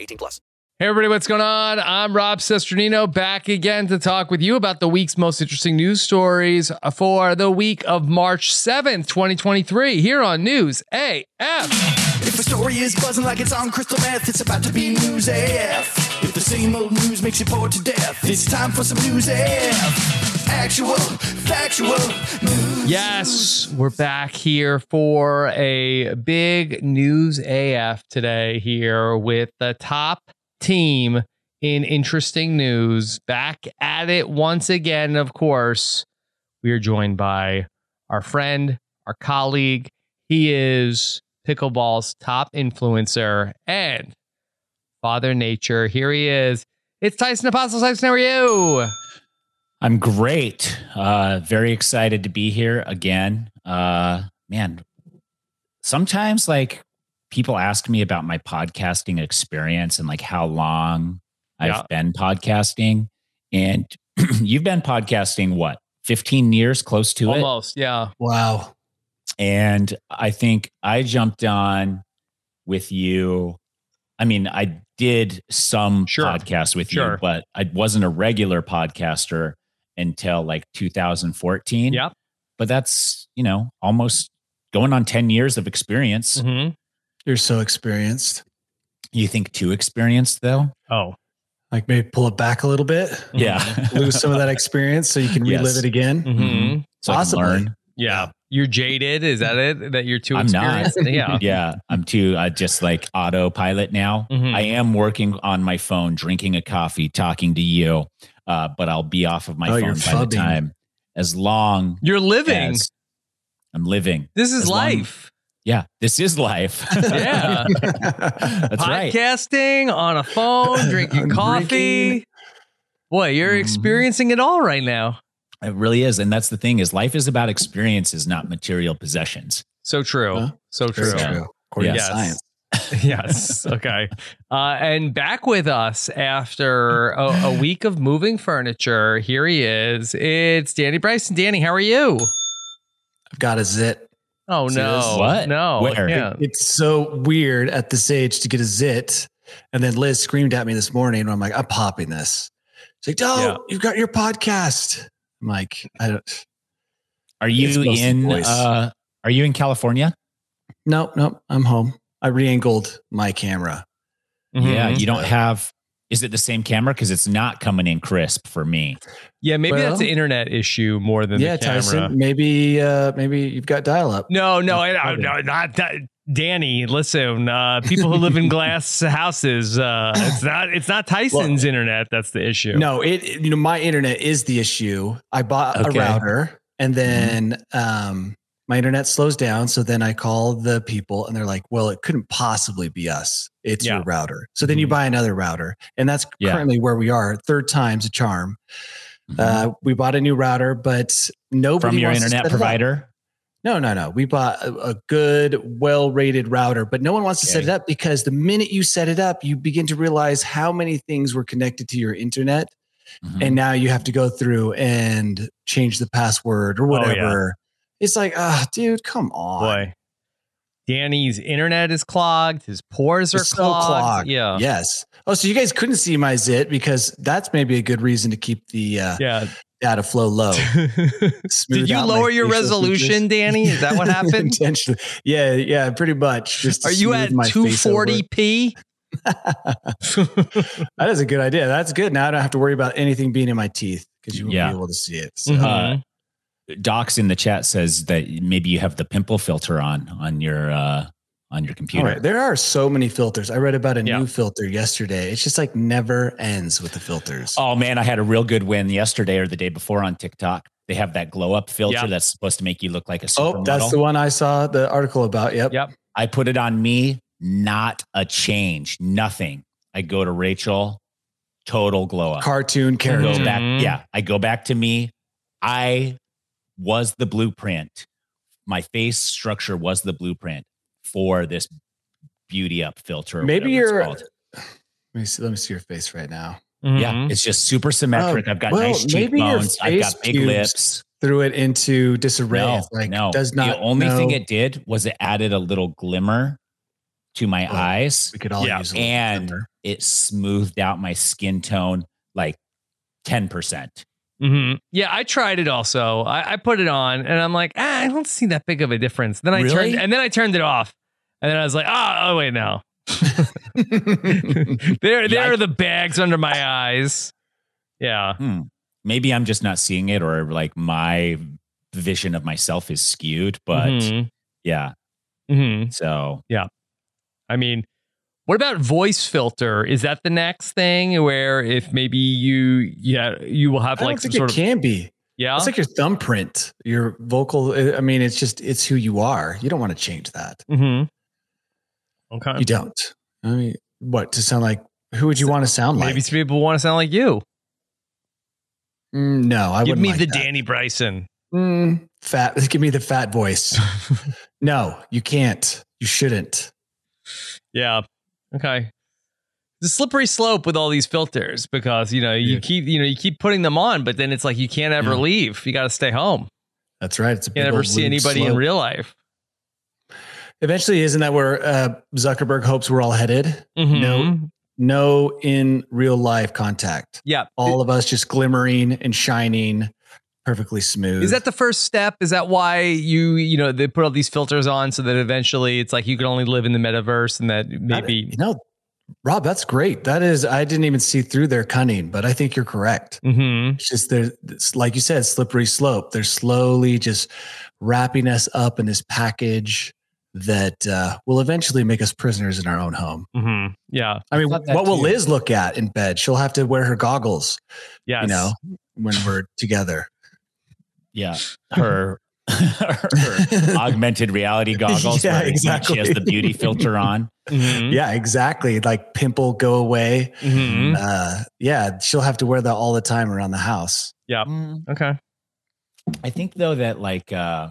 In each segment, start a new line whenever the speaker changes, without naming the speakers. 18 plus.
Hey everybody, what's going on? I'm Rob Sesternino back again to talk with you about the week's most interesting news stories for the week of March 7th, 2023, here on News AF.
If the story is buzzing like it's on crystal meth, it's about to be news AF. If the same old news makes you bored to death, it's time for some news AF. Actual, factual news.
Yes, we're back here for a big News AF today here with the top team in interesting news back at it once again, of course. We are joined by our friend, our colleague. He is pickleball's top influencer and Father Nature. Here he is. It's Tyson Apostle. Tyson, how are you?
I'm great. Uh, very excited to be here again. Uh, man, sometimes like people ask me about my podcasting experience and like how long
Yeah.
I've been podcasting. And you've been podcasting what, 15 years, close to it?
Almost, yeah.
Wow.
And I think I jumped on with you. I mean, I did some
Sure.
podcasts with
Sure.
you, but I wasn't a regular podcaster until like 2014.
Yep.
But that's, you know, almost going on 10 years of experience.
Mhm.
You're so experienced.
You think too experienced though?
Oh,
Like maybe pull it back a little bit,
Yeah.
lose some of that experience so you can relive
Yes.
it again.
Mhm.
so I can
Possibly.
learn.
yeah. You're jaded. Is that it? That you're too
I'm not.
experienced? Yeah.
Yeah. I'm too, I just like autopilot now.
Mhm.
I am working on my phone, drinking a coffee, talking to you, uh, but I'll be off of my
Oh,
phone
you're
by
fubbing.
the time as long
You're living.
as I'm living.
this is
as long-
life.
Yeah, this is life.
Yeah.
that's right.
Podcasting on a phone, drinking
I'm
coffee.
drinking.
Boy, you're
Mhm.
experiencing it all right now.
It really is, and that's the thing is life is about experiences, not material possessions.
So true.
Huh?
So true.
Very true. According to
Yes.
science.
yes. Okay. Uh, and back with us after a, a week of moving furniture. Here he is. It's Danny Bryson. Danny, how are you?
I've got a zit.
Oh
See
no!
this?
What?
No.
Where?
Yeah.
It's so weird at this age to get a zit. And then Liz screamed at me this morning, and I'm like, I'm popping this. She's like, "No,
Yeah.
you've got your podcast." I'm like, I don't.
Are you
supposed to
in?
voice.
Uh, are you in California?
No, no, I'm home. I re-angled my camera.
Mhm.
Yeah, you don't have Is it the same camera? Because it's not coming in crisp for me.
Yeah, maybe that's
Well-
an internet issue more than
Yeah,
the camera.
Tyson,
Maybe uh, maybe you've got dial up.
No, no, no, no, not that. Danny, listen. Uh, people who live in glass houses, uh, it's not it's not Tyson's internet. That's the issue.
No, it it- you know my internet is the issue. I bought
Okay.
a router and
Mm-hmm.
then um my internet slows down so then I call the people and they're like, "Well, it couldn't possibly be us. It's your router." So then you buy another router. And that's
Mm-hmm. Yeah. Mm-hmm.
currently where we are. Third time's a charm. Uh we bought a new router, but nobody
From your
wants to
internet
set it up.
provider?
No, no, no. We bought a, a good, well rated router, but no one wants to set it up because the minute you set it up, you begin to realize how many things were connected to your internet. And now you have to go through and change the password or
Oh, yeah.
whatever. It's like, ah, dude, come on.
Boy, Danny's internet is clogged. His pores are
It's so
clogged.
clogged.
Yeah.
Yes. Oh, so you guys couldn't see my zit because that's maybe a good reason to keep the uh,
yeah.
data flow low.
Did
Smooth
you
out my
lower your
facial features.
resolution, Danny? Is that what happened?
Intentionally.
Uh,
Yeah, yeah, pretty much. Just to
Are you
smooth
at
my face over.
240p?
That is a good idea. That's good. Now I don't have to worry about anything being in my teeth because you will
Yeah.
be able to see it. So.
Uh,
Mm-hmm.
Docs in the chat says that maybe you have the pimple filter on on your uh, on your
All
computer.
right. There are so many filters. I read about a new filter yesterday. It's just like never ends with the filters.
Oh man, I had a real good win yesterday or the day before on TikTok. They have that glow up filter
Yeah.
that's supposed to make you look like a
Oh,
supermodel.
that's the one I saw the article about. Yep.
Yep.
I put it on me, not a change, nothing. I go to Rachel, total glow up.
Cartoon character.
Go back, yeah, I go back to me. I was the blueprint. My face structure was the blueprint for this beauty up filter. or
Maybe
whatever it's
you're.
called.
Let me see. Let me see your face right now.
Mm-hmm.
Yeah, it's just super symmetric.
Oh,
I've got
well,
nice
maybe your
cheekbones. I've got
face
big
tubes
lips.
Threw it into disarray.
No,
It's like
no.
does not.
the only thing
know-
it did was it added a little glimmer to my eyes.
Oh, We could all Yeah. use a little
and it smoothed out my skin tone like ten percent.
hmm Yeah, I tried it also. I, I put it on and I'm like, ah, I don't see that big of a difference. Then I
Really?
turned and then I turned it off. And then I was like, oh, oh wait, no. there there are the bags under my eyes. Yeah.
Maybe I'm just not seeing it, or like my vision of myself is skewed. But
Mm-hmm.
Mhm.
yeah, so
Yeah. Mm-hmm. I mean, what about voice filter? Is that the next thing where if maybe you yeah, you will have
I don't
like some
think
sort
it
of
can be.
Yeah.
It's like your thumbprint, your vocal. eh, I mean, it's just it's who you are. You don't want to change that.
Mm-hmm. Okay.
You don't. I mean, what to sound like? Who would you want to sound like?
Maybe some people want to sound like you.
Mm, no, I
Give
wouldn't.
me
like
the
that.
Danny Bryson.
Mm, fat. Give me the fat voice. no, you can't. You shouldn't.
Yeah. Okay. It's a slippery slope with all these filters because you know you keep you know you keep putting them on, but then it's like you can't ever
Yeah.
leave. You got to stay home.
That's right. It's a
You can't
big
ever
old
see
loop
anybody in
slope.
real life.
Eventually, isn't that where uh, Zuckerberg hopes we're all headed?
Mhm.
No, no, in real life contact.
Yeah.
all of us just glimmering and shining, perfectly smooth.
Is that the first step? Is that why you you know they put all these filters on so that eventually it's like you can only live in the metaverse and that maybe
you know, Rob? That's great. That is, I didn't even see through their cunning, but I think you're correct.
Mhm.
It's just there, it's like you said, slippery slope. They're slowly just wrapping us up in this package that uh, will eventually make us prisoners in our own home.
Mhm. yeah.
I mean,
thought that
what will
too.
Liz look at in bed? She'll have to wear her goggles.
Yes.
you know, when we're together.
yeah, her. her augmented reality goggles.
Yeah,
where
exactly.
She has the beauty filter Hmm? on.
Mm-hmm.
Yeah, exactly. Like pimple go away.
Hmm?
Mhm.
Uh, yeah, she'll have to wear that all the time around the house.
Yeah. Okay.
I think though that like uh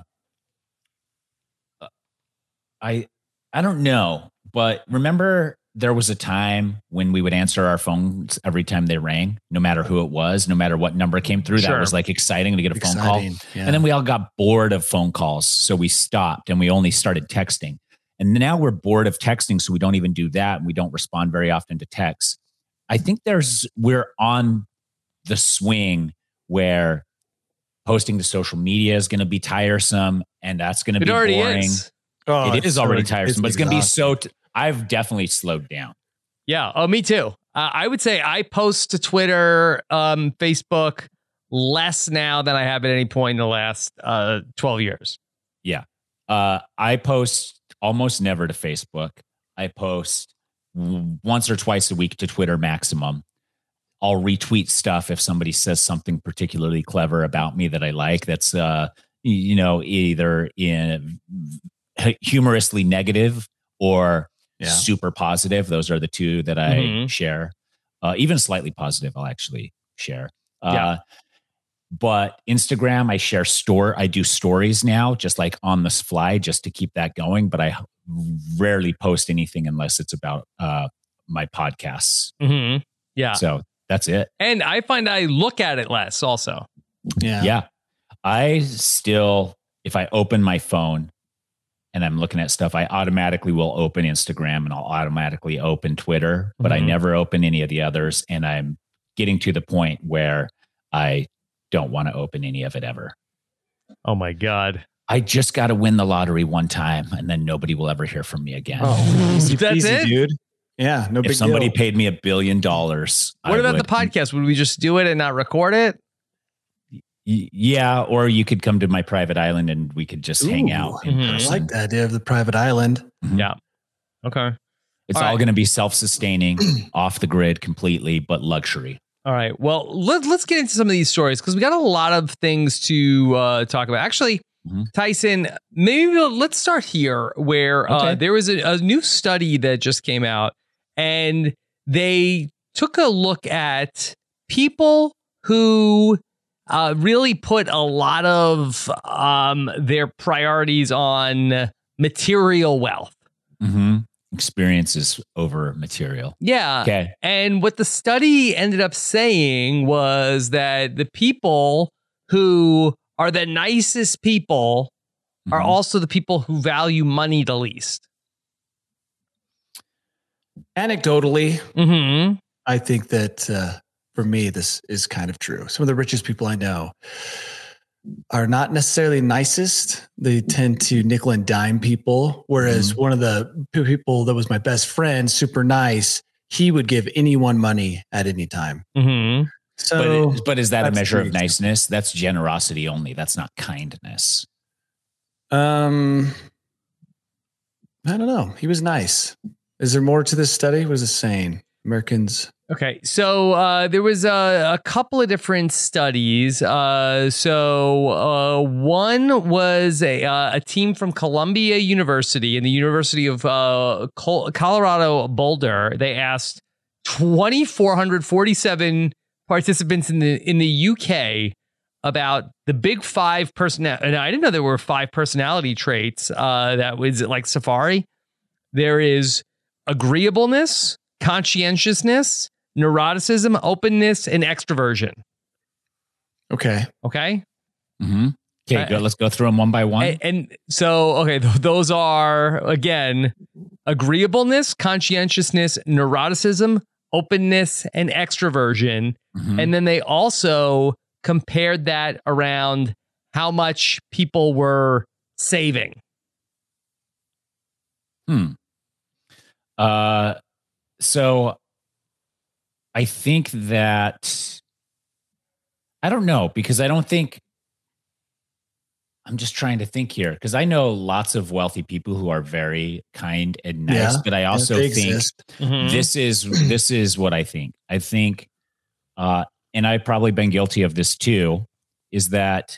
I I don't know, but remember there was a time when we would answer our phones every time they rang, no matter who it was, no matter what number came through. That
Sure.
was like exciting to get a phone
Exciting,
call.
yeah.
And then we all got bored of phone calls, so we stopped and we only started texting. And now we're bored of texting, so we don't even do that and we don't respond very often to texts. I think there's we're on the swing where posting to social media is going to be tiresome and that's going to
It
be
already
boring.
is.
Oh,
it
it's
is already
so-
tiresome,
it's
but it's going to be so. T- I've definitely slowed down.
Yeah. Oh, me too. Uh, I would say I post to Twitter, um, Facebook less now than I have at any point in the last uh, 12 years.
Yeah. Uh, I post almost never to Facebook. I post w- once or twice a week to Twitter maximum. I'll retweet stuff if somebody says something particularly clever about me that I like. That's uh, y- you know either in humorously negative or
Yeah.
super positive. Those are the two that I
Mhm.
share. Uh, even slightly positive, I'll actually share. Uh,
Yeah.
But Instagram, I share store. I do stories now, just like on the fly, just to keep that going. But I rarely post anything unless it's about uh, my podcasts.
Mm-hmm. Yeah.
So that's it.
And I find I look at it less also.
Yeah. I still, if I open my phone and I'm looking at stuff, I automatically will open Instagram and I'll automatically open Twitter, but I
Mhm.
never open any of the others. And I'm getting to the point where I don't want to open any of it ever.
Oh my God.
I just got to win the lottery one time and then nobody will ever hear from me again.
Oh, That's it?
dude. Yeah, no
if
big
somebody
deal.
paid me a billion dollars,
What
I
about
would-
the podcast? Would we just do it and not record it?
Y- Yeah, or you could come to my private island and we could just hang
Ooh,
out in
mhm.
I
person.
like the idea of the private island.
Yeah. Okay.
It's
All
all,
right.
going to be self-sustaining, off the grid completely, but luxury.
All right. Well, let, let's get into some of these stories because we got a lot of things to uh, talk about. Actually,
Mm-hmm.
Tyson, maybe we'll- let's start here where uh,
Okay.
there was a, a new study that just came out and they took a look at people who uh, really put a lot of um, their priorities on material wealth.
Mm-hmm. Experiences over material.
Yeah.
Okay.
And what the study ended up saying was that the people who are the nicest people are
Mm-hmm.
also the people who value money the least.
Anecdotally,
Mm-hmm.
I think that uh, for me, this is kind of true. Some of the richest people I know are not necessarily nicest. They tend to nickel and dime people. Whereas
Mm-hmm.
one of the p- people that was my best friend, super nice, he would give anyone money at any time.
Mm-hmm.
So,
but, but is that a
that's
measure of
pretty-
niceness? That's generosity only. That's not kindness.
Um, I don't know. He was nice. Is there more to this study? What Was it saying Americans?
Okay, so uh, there was a, a couple of different studies. Uh, so uh, one was a, uh, a team from Columbia University and the University of uh, Col- Colorado Boulder. They asked 2,447 participants in the in the UK about the big five personality. And I didn't know there were five personality traits. Uh, that was like Safari. There is agreeableness, conscientiousness, neuroticism, openness, and extroversion.
Okay.
Okay.
Mm-hmm. Okay,
I-
go, let's go through them one by one.
And, and so, okay, th- those are again agreeableness, conscientiousness, neuroticism, openness, and extroversion.
Mhm.
And then they also compared that around how much people were saving.
Hmm. Uh, so I think that I don't know because I don't think I'm just trying to think here because I know lots of wealthy people who are very kind and nice,
Yeah,
but I also
they
think
exist.
Mhm.
this is this is what I think. I think, uh, and I've probably been guilty of this too, is that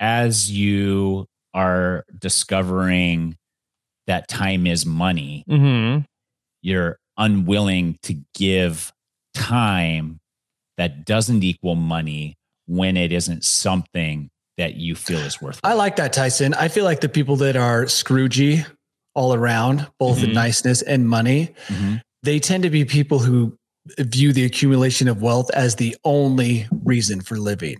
as you are discovering that time is money,
Mm-hmm.
you're unwilling to give time that doesn't equal money when it isn't something that you feel is worth.
I like that, Tyson. I feel like the people that are Scroogey all around, both
Mhm.
in niceness and money,
Mhm.
they tend to be people who view the accumulation of wealth as the only reason for living.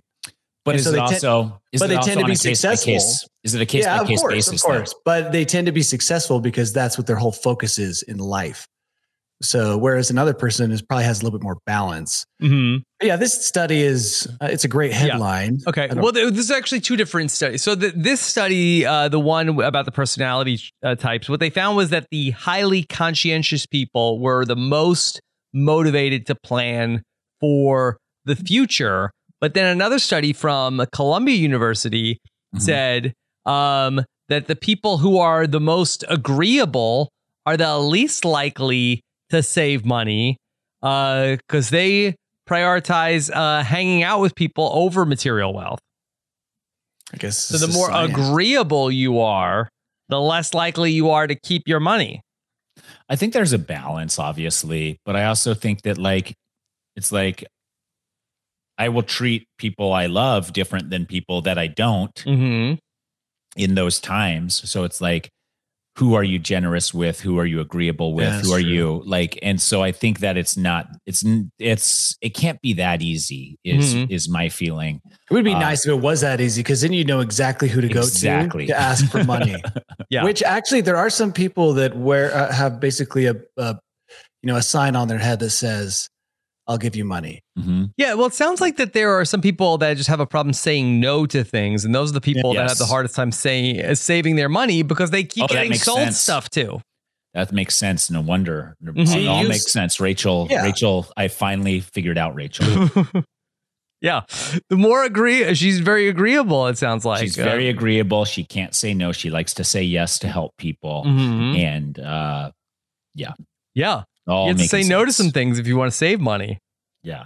But
And
is
so
it
they tend-
also is
but
it
they
also
tend to
on
be
a case by
successful.
case? Is it a case by
of
case
course,
basis?
of
though?
course. But they tend to be successful because that's what their whole focus is in life. So, whereas another person is probably has a little bit more balance.
Mm-hmm.
But yeah, this study is uh, it's a great headline.
Okay.
I don't-
Well, there, this is actually two different studies. So the, this study, uh, the one about the personality uh, types, what they found was that the highly conscientious people were the most motivated to plan for the future. But then another study from Columbia University said um, that the people who are the most agreeable are the least likely to save money because they prioritize uh, hanging out with people over material wealth.
I guess
So the more agreeable you are, the less likely you are to keep your money.
I think there's a balance, obviously, but I also think that like it's like I will treat people I love different than people that I don't
Mm.
Mm-hmm. in those times. So it's like, who are you generous with? Who are you agreeable with?
Yeah, that's
who are
true.
you like? And so I think that it's not, it's, n- it's, it can't be that easy. Is
Mhm.
is my feeling?
It would be
Uh,
nice if it was that easy because then you know exactly who to go
Exactly.
to to ask for money.
Yeah.
Which actually, there are some people that wear uh, have basically a, a you know a sign on their head that says, "I'll give you money."
Mm-hmm.
Yeah, well, it sounds like that there are some people that just have a problem saying no to things, and those are the people that
Yes.
have the hardest time saying uh, saving their money because they keep
Oh, that
getting
makes
sold
sense.
stuff too.
That makes sense. No wonder.
See,
It all
you-
makes sense. Rachel,
Yeah.
Rachel, I finally figured out Rachel.
Yeah, the more agree, uh, she's very agreeable. It sounds like uh,
She's very agreeable. She can't say no. She likes to say yes to help people.
Mhm.
And uh, yeah,
yeah.
All
you have to
making
say no to some things if you want to save money.
yeah.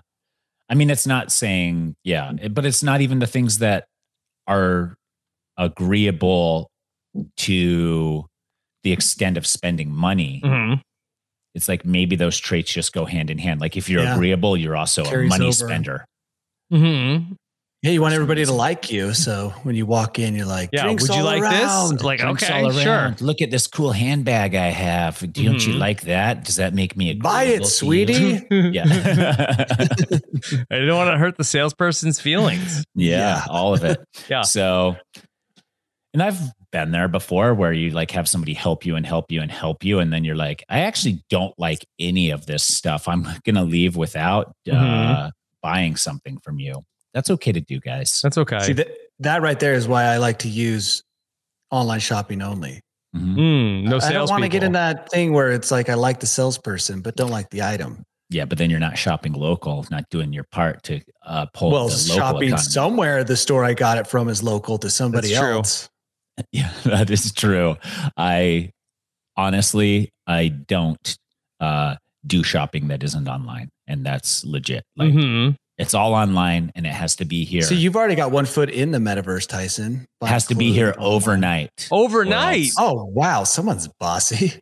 I mean, it's not saying yeah, but it's not even the things that are agreeable to the extent of spending money.
Mm.
It's like maybe those traits just go hand in hand. Like if you're
Yeah.
agreeable, you're also a
Carries
money
over.
spender.
Mm-hmm.
Yeah, you want everybody to like you. So when you walk in, you're like,
Yeah,
"Drinks
would you
all
like this?"
around.
Like,
Drinks
okay,
all
sure. Mm-hmm.
around.
Look at this cool handbag I have. Don't you
Mhm.
like that? Does that make me agreeable?
Buy it,
to you?
sweetie.
yeah.
I don't want to hurt the salesperson's feelings.
Yeah, all of it.
yeah.
So, and I've been there before where you like have somebody help you and help you and help you. And then you're like, I actually don't like any of this stuff. I'm going to leave without uh,
Mhm.
buying something from you. That's okay to do, guys.
That's okay.
See that that right there is why I like to use online shopping only.
Mm-hmm.
Hmm, no
I don't want to
salespeople.
get in that thing where it's like I like the salesperson, but don't like the item.
yeah, but then you're not shopping local, not doing your part to uh, pull
well,
the local
shopping
economy.
somewhere the store I got it from is local to somebody
That's true.
else.
Yeah, that is true. I honestly, I don't uh, do shopping that isn't online, and that's legit. Like
Mm-hmm.
it's all online, and it has to be here.
So you've already got one foot in the metaverse, Tyson.
it has to be here overnight.
Overnight.
Oh wow, someone's bossy.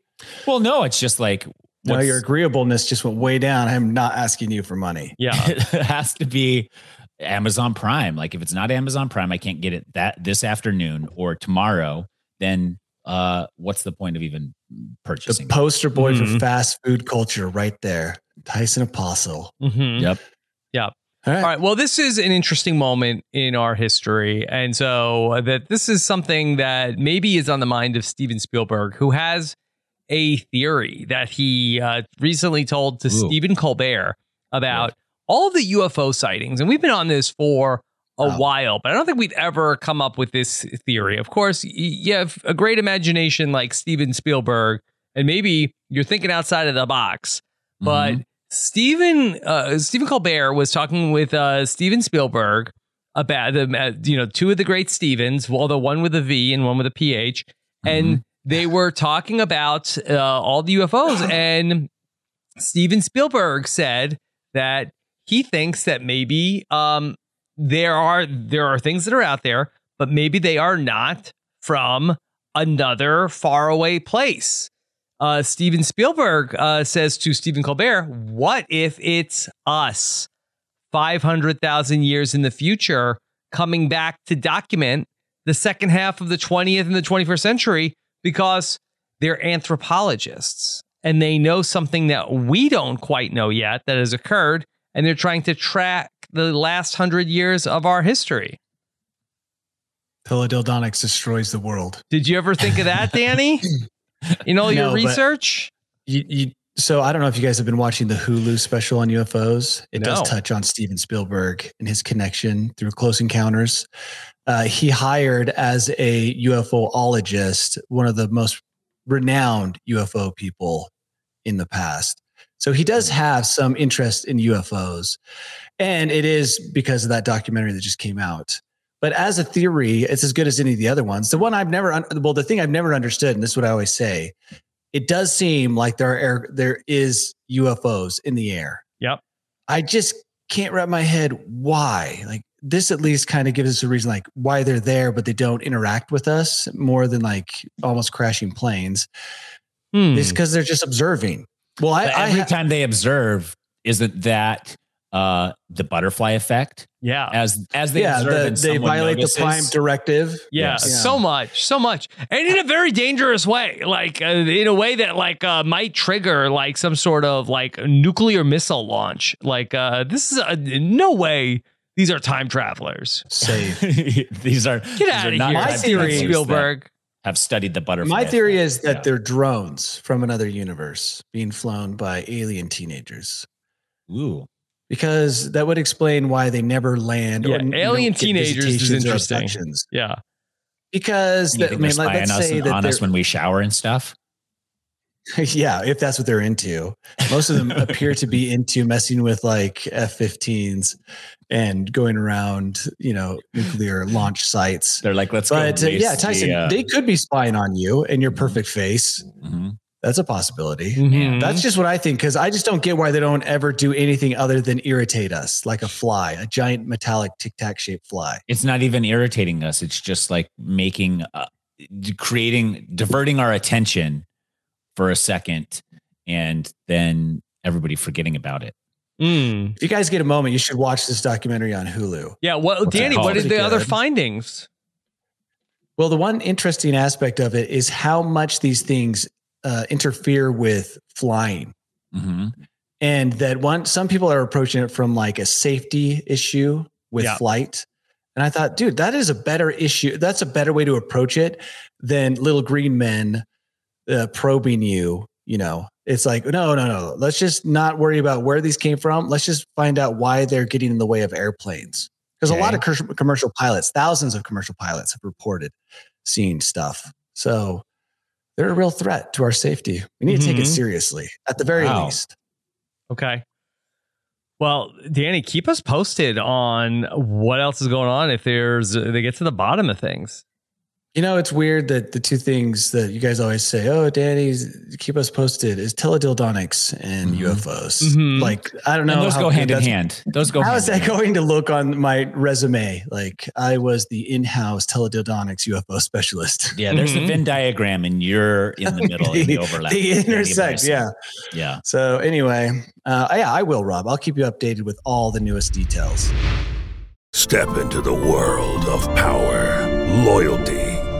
Well, no, it's just like
No,
what's-
your agreeableness just went way down. I'm not asking you for money.
Yeah.
it has to be Amazon Prime. Like if it's not Amazon Prime, I can't get it that this afternoon or tomorrow. Then uh, what's the point of even
The
purchasing? it?
poster oh, boy
Mhm.
Hmm.
for fast food culture, right there, Tyson Apostle.
Mm-hmm.
Yep.
Yeah.
All right.
All right. Well, this is an interesting moment in our history, and so that this is something that maybe is on the mind of Steven Spielberg, who has a theory that he uh, recently told to Stephen Colbert about all the UFO sightings, and we've been on this for a while, but I don't think we've ever come up with this theory. Of course, y- you have a great imagination like Steven Spielberg, and maybe you're thinking outside of the box, but Stephen uh, Stephen Colbert was talking with uh, Steven Spielberg about the uh, you know two of the great Stevens, although one with a V and one with a PH, and they were talking about uh, all the UFOs, and Steven Spielberg said that he thinks that maybe um, there are there are things that are out there, but maybe they are not from another faraway place. Uh, Steven Spielberg uh, says to Stephen Colbert, "What if it's us, five hundred thousand years in the future, coming back to document the second half of the twentieth and the twenty-first century because they're anthropologists and they know something that we don't quite know yet that has occurred, and they're trying to track the last hundred years of our history."
Philodildonics destroys the world.
Did you ever think of that, Danny? In all
No,
your
but-
research?
You, you, so I don't know if you guys have been watching the Hulu special on UFOs. It
No.
does touch on Steven Spielberg and his connection through Close Encounters. Uh, he hired as a UFOologist one of the most renowned UFO people in the past.
So he does have some interest in UFOs. And it is because of that documentary that just came out. But as a theory, it's as good as any of the other ones. The one I've never, un- well, the thing I've never understood, and this is what I always say, it does seem like there are air, there is UFOs in the air.
Yep.
I just can't wrap my head why. Like this at least kind of gives us a reason like why they're there, but they don't interact with us more than like almost crashing planes.
Hmm.
It's because they're just observing. Well, I,
But
I
every
ha-
time they observe, isn't that uh, the butterfly effect?
Yeah.
As as they observe,
the-
and
they
someone
violate
notices,
the prime directive.
Yeah,
Yes.
so much, so much, and in a very dangerous way, like uh, in a way that like uh, might trigger like some sort of like nuclear missile launch. Like uh, this is a, no way. These are time travelers.
Safe.
these are
Get out of here,
My
my
theory-
theory
Spielberg.
have studied the butterfly.
My theory
effect.
is that they're drones from another universe being flown by alien teenagers
Ooh.
because that would explain why they never land.
Yeah,
n- you
alien
don't get
teenagers is
visitations or
interesting.
abductions.
Yeah,
Because
You
that, I
think
mean,
they're
like,
spying
let's
us
say
and on us
that
when we shower and stuff.
they're- yeah, if that's what they're into, most of them appear to be into messing with like F-15s and going around, you know, nuclear launch sites.
They're like, let's
but
go.
uh, yeah,
race
Tyson,
the, uh, Mm-hmm.
they could be spying on you and your perfect face.
mhm.
That's a possibility.
Mhm.
That's
Mm-hmm.
just what I think because I just don't get why they don't ever do anything other than irritate us, like a fly, a giant metallic tic tac shaped fly.
It's not even irritating us. It's just like making, uh, d- creating, diverting our attention for a second, and then everybody forgetting about it.
Mm.
If you guys get a moment, you should watch this documentary on Hulu.
yeah. Well,
What's it
Danny,
called?
what are the
Pretty
other
good.
findings?
Well, the one interesting aspect of it is how much these things uh, interfere with flying.
hmm
and that one some people are approaching it from like a safety issue with
Yeah.
flight and i thought dude that is a better issue that's a better way to approach it than little green men uh, probing you you know it's like no no no let's just not worry about where these came from let's just find out why they're getting in the way of airplanes because a lot of cur- commercial pilots thousands of commercial pilots have reported seeing stuff so they're a real threat to our safety we need to take it
Mhm.
seriously at the very
Wow.
least
Okay. Well, Danny, keep us posted on what else is going on if there's they get to the bottom of things.
You know, it's weird that the two things that you guys always say, oh, Danny's keep us posted, is teledildonics and
Mhm.
UFOs.
Mhm.
Like, I don't
And
know.
those
how
go
good
hand in
that's-
hand. Those go.
How
hand
is
in
that
hand.
going to look on my resume? Like, I was the in house teledildonics UFO specialist.
Yeah, there's
Mhm.
a Venn diagram, and you're in the middle
They-
in the overlap.
they
Yeah, the
intersect.
intersection.
Yeah.
yeah.
So, anyway, uh, yeah, I will, Rob. I'll keep you updated with all the newest details.
Step into the world of power, loyalty,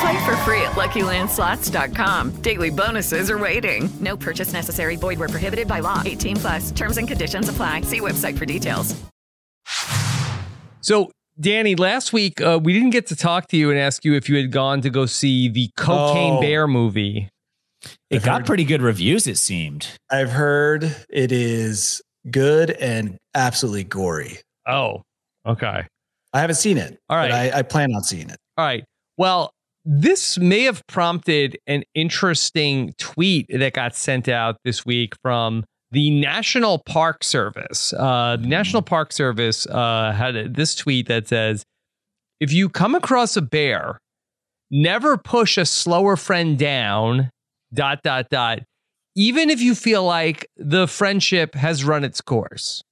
Play for free at LuckyLandSlots.com. Daily bonuses are waiting.
No purchase necessary. Void where prohibited by law.
18 plus terms and conditions apply. See website for details.
So, Danny, last week uh, we didn't get to talk to you and ask you if you had gone to go see the Cocaine
Oh.
Bear movie.
It
I've
got
heard-
pretty good reviews. It seemed.
I've heard it is good and absolutely gory.
Oh, okay.
I haven't seen it.
All right.
But I, I plan on seeing it.
All right. Well, this may have prompted an interesting tweet that got sent out this week from the National Park Service. Uh,
Hmm.
the National Park Service uh, had a- this tweet that says, "If you come across a bear, never push a slower friend down." Dot dot dot. Even if you feel like the friendship has run its course.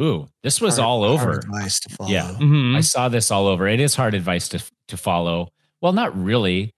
Ooh, this was
Hard-
all
hard
over.
advice to follow.
Yeah,
Mm-hmm. Hmm?
I saw this all over. It is hard advice to to follow. Well, not really,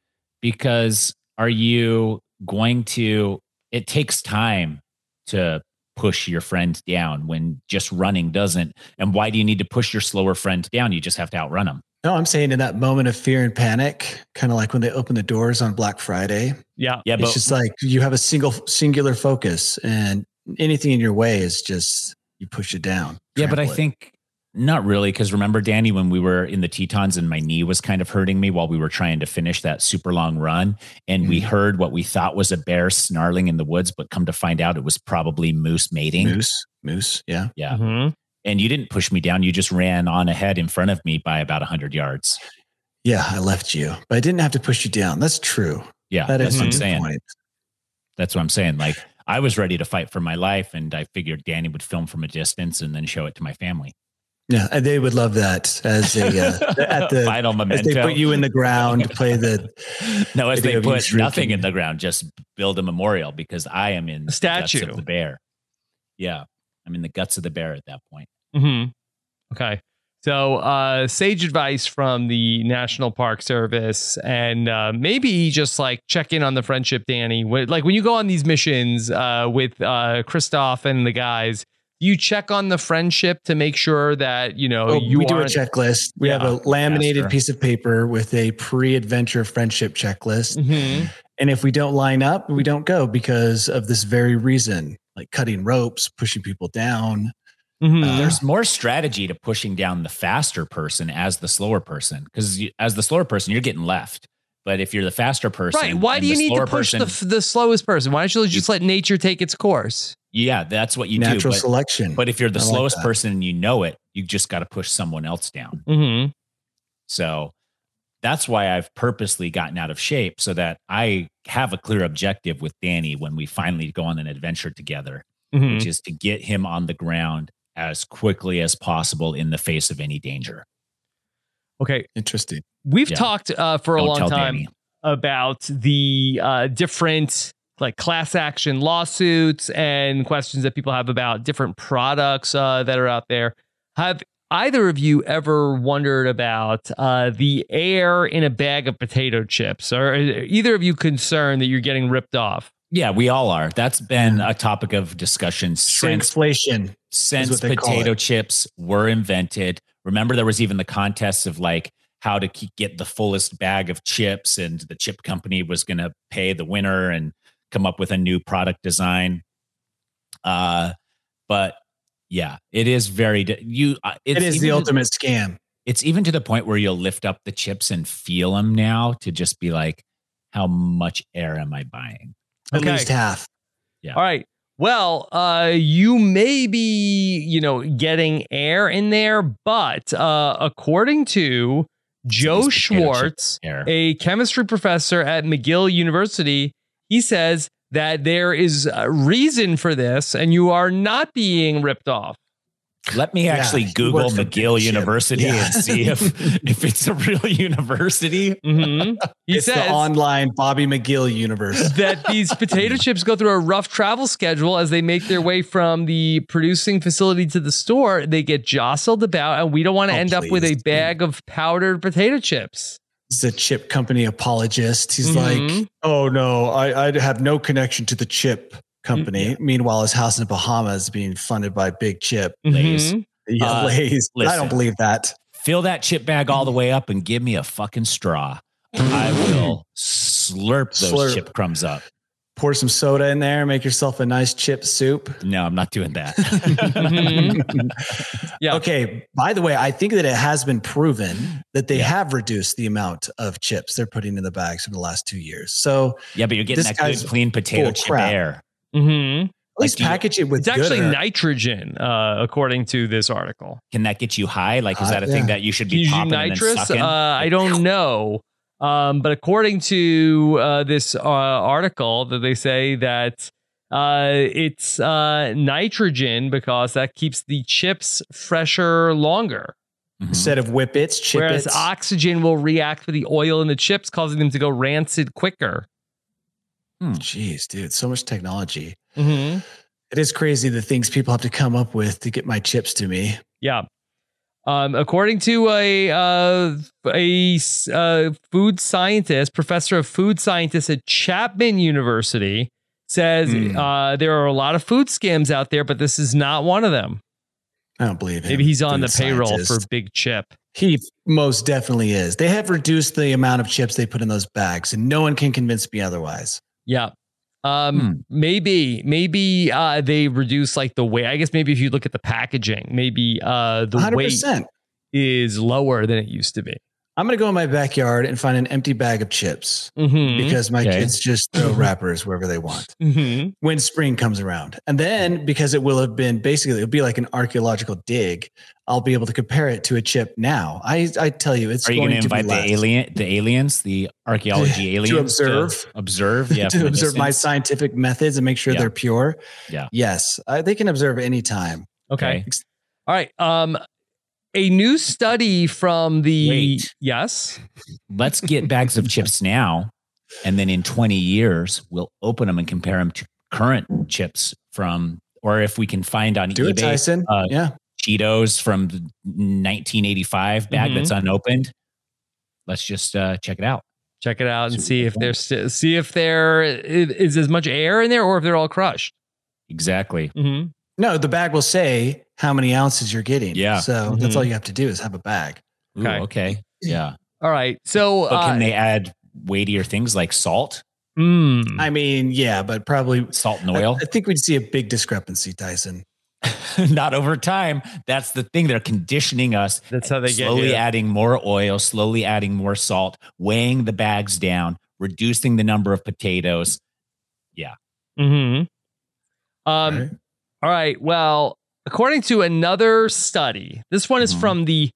because are you going to? It takes time to push your friend down when just running doesn't. And why do you need to push your slower friend down? You just have to outrun them.
No, I'm saying in that moment of fear and panic, kind of like when they open the doors on Black Friday.
Yeah,
yeah,
it's
but
just like you have a single singular focus, and anything in your way is just you push it down.
Yeah, but I
trample it.
think not really. Because remember, Danny, when we were in the Tetons and my knee was kind of hurting me while we were trying to finish that super long run. And we
Mm-hmm.
heard what we thought was a bear snarling in the woods, but come to find out it was probably moose mating.
Moose, moose. Yeah.
Yeah.
Mm-hmm.
And you didn't push me down. You just ran on ahead in front of me by about 100 yards.
Yeah, I left you, but I didn't have to push you down. That's true.
Yeah.
That
that's
is
what I'm
a good
saying.
point.
That's what I'm saying. Like, I was ready to fight for my life, and I figured Danny would film from a distance and then show it to my family.
Yeah, and they would love that as a uh, at the
Final
as they
memento.
put you in the ground, play the
No, as
video
they
of you
put nothing
shrinking.
in the ground, just build a memorial because I am in
A
the,
statue.
guts of the bear. Yeah, I'm in the guts of the bear at that point.
hmm Okay. So, uh, sage advice from the National Park Service, and uh, maybe just like check in on the friendship, Danny. Wh- Like when you go on these missions uh, with uh, Christoph and the guys, you check on the friendship to make sure that you know
Oh,
you
we do a
aren't-
checklist. We have a
Yeah.
laminated
Master.
piece of paper with a pre-adventure friendship checklist.
Mhm.
And if we don't line up, we don't go because of this very reason, like cutting ropes, pushing people down.
Mm-hmm.
Uh,
Uh-huh.
There's more strategy to pushing down the faster person as the slower person because as the slower person, you're getting left. But if you're the faster person,
Right? Why
and
do you
the
need to
slower
push the
person-
the, the slowest person? Why don't you just let nature take its course?
yeah, that's what you do.
Natural
but-
selection.
But if you're the
I like
slowest
that.
person and you know it, you just got to push someone else down.
Mm-hmm.
So that's why I've purposely gotten out of shape so that I have a clear objective with Danny when we finally go on an adventure together,
Mhm.
which is to get him on the ground as quickly as possible in the face of any danger.
Okay. Mm-hmm.
Interesting.
We've
Yeah.
talked uh, for a
Don't
long
tell
time
Danny.
about the uh, different like class action lawsuits and questions that people have about different products uh, that are out there. Have either of you ever wondered about uh, the air in a bag of potato chips? Or are either of you concerned that you're getting ripped off?
Yeah, we all are. That's been a topic of discussion since
Shrinkflation.
since
what they call
potato
it.
chips were invented. Remember, there was even the contests of like how to ke- get the fullest bag of chips, and the chip company was going to pay the winner and come up with a new product design. Uh, but yeah, it is very di- you. Uh,
It is
even
the
to-
ultimate scam.
It's even to the point where you'll lift up the chips and feel them now to just be like, how much air am I buying?
At
Okay.
least half.
All right. Well, uh, you may be, you know, getting air in there, but uh, according to Joe
These potato chip
Schwartz,
air.
a chemistry professor at McGill University, he says that there is a reason for this, and you are not being ripped off.
Let me
Yeah,
actually
he
Google
worked for
McGill
Big Chip.
University
Yeah.
and see if if it's a real university.
Mhm. He
it's
says
the online Bobby McGill universe.
that these potato chips go through a rough travel schedule as they make their way from the producing facility to the store. They get jostled about, and we don't want to
Oh,
end up with a
please.
bag of powdered potato chips.
He's a chip company apologist. He's
Mhm.
like, oh no, I, I have no connection to the chip company. Meanwhile, his house in the Bahamas is being funded by Big Chip.
Lays.
Mhm.
Yeah,
Uh,
Lay's. I
listen.
don't believe that.
Fill that chip bag all the way up and give me a fucking straw. I will slurp those
Slurp.
chip crumbs up.
Pour some soda in there, make yourself a nice chip soup.
No, I'm not doing that.
Mm-hmm. Yeah.
Okay. By the way, I think that it has been proven that they have reduced the amount of chips they're putting in the bags for the last two years. So at
yeah, but you're getting
This
that good
guy's
clean potato
full of
chip
crap.
air.
Mm-hmm.
least
do you-
package it with
It's actually
gooder.
nitrogen, uh, according to this article.
Can that get you high? Like, is
Uh,
that a thing
yeah.
that you should
Can
be
you do
popping and then
nitrous? Uh,
sucking?
I don't know. Um, but according to uh, this uh, article, that they say that uh, it's uh, nitrogen because that keeps the chips fresher longer.
Mm-hmm.
Instead of whippets, chippets.
Whereas oxygen will react with the oil in the chips, causing them to go rancid quicker.
Jeez, dude, so much technology.
Mm-hmm.
It is crazy the things people have to come up with to get my chips to me.
Yeah. Um, according to a uh, a s- uh, food scientist, professor of food scientists at Chapman University, says
Mm.
uh, there are a lot of food scams out there, but this is not one of them.
I don't believe him.
Maybe he's on
Food
the payroll for
scientist.
Big Chip.
He most definitely is. They have reduced the amount of chips they put in those bags, and no one can convince me otherwise. Hmm.
Yeah. Um, maybe, maybe uh, they reduce like the weight. I guess maybe if you look at the packaging, maybe uh, the weight
100%.
is lower than it used to be.
I'm going to go in my backyard and find an empty bag of chips
Mhm.
because my
Okay.
kids just throw wrappers wherever they want
Mm-hmm.
when spring comes around. And then because it will have been basically, it'll be like an archaeological dig, I'll be able to compare it to a chip now. I, I tell you, it's
Are you
going
going to
be
invite
last.
the alien, the aliens, the archaeology aliens
observe.
observe, yeah, from
to
a
observe my
distance?
scientific methods and make sure
Yeah.
they're pure.
Yeah.
Yes, I, they can observe any time.
Okay. All right. Um, a new study from the
Wait.
yes.
Let's get bags of chips now, and then in 20 years we'll open them and compare them to current chips from, or if we can find on
Do
eBay,
it, Tyson.
uh,
yeah.
Cheetos from the 1985 bag
Mhm.
that's
Mm-hmm.
unopened. Let's just uh, check it out.
Check it out and see if there's st- see if there i- is as much air in there or if they're all crushed.
Exactly.
Mm-hmm.
No, the bag will say how many ounces you're getting.
Yeah.
So that's
Mm-hmm.
all
Mhm.
you have to do is have a bag.
Ooh, okay. Yeah.
All right. So
But
uh,
can they add weightier things like salt,
mm,
I mean, yeah, but probably
salt and
I-
oil?
I, think we'd see a big discrepancy, Tyson.
Not over time. That's the thing. They're conditioning us.
that's how they get
slowly
you.
adding more oil, slowly adding more salt, weighing the bags down, reducing the number of potatoes.
Mm-hmm. Um,
right?
All right. Well, according to another study, this one is
Mm-hmm.
Mhm.
from the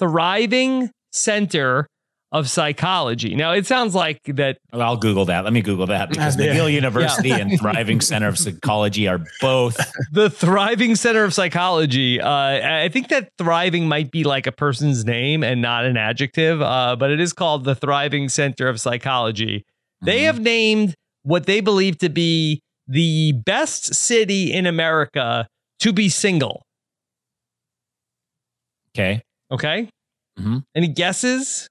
Thriving Center of Psychology. Now, it sounds like that.
Well, I'll Google that. Let me Google that because
Yeah.
McGill University and Thriving Center of Psychology are both.
The Thriving Center of Psychology. Uh, I I think that thriving might be like a person's name and not an adjective, uh, but it is called the Thriving Center of Psychology. They have named what they believe to be the best city in America to be single.
Okay.
Okay.
Mhm.
Any guesses?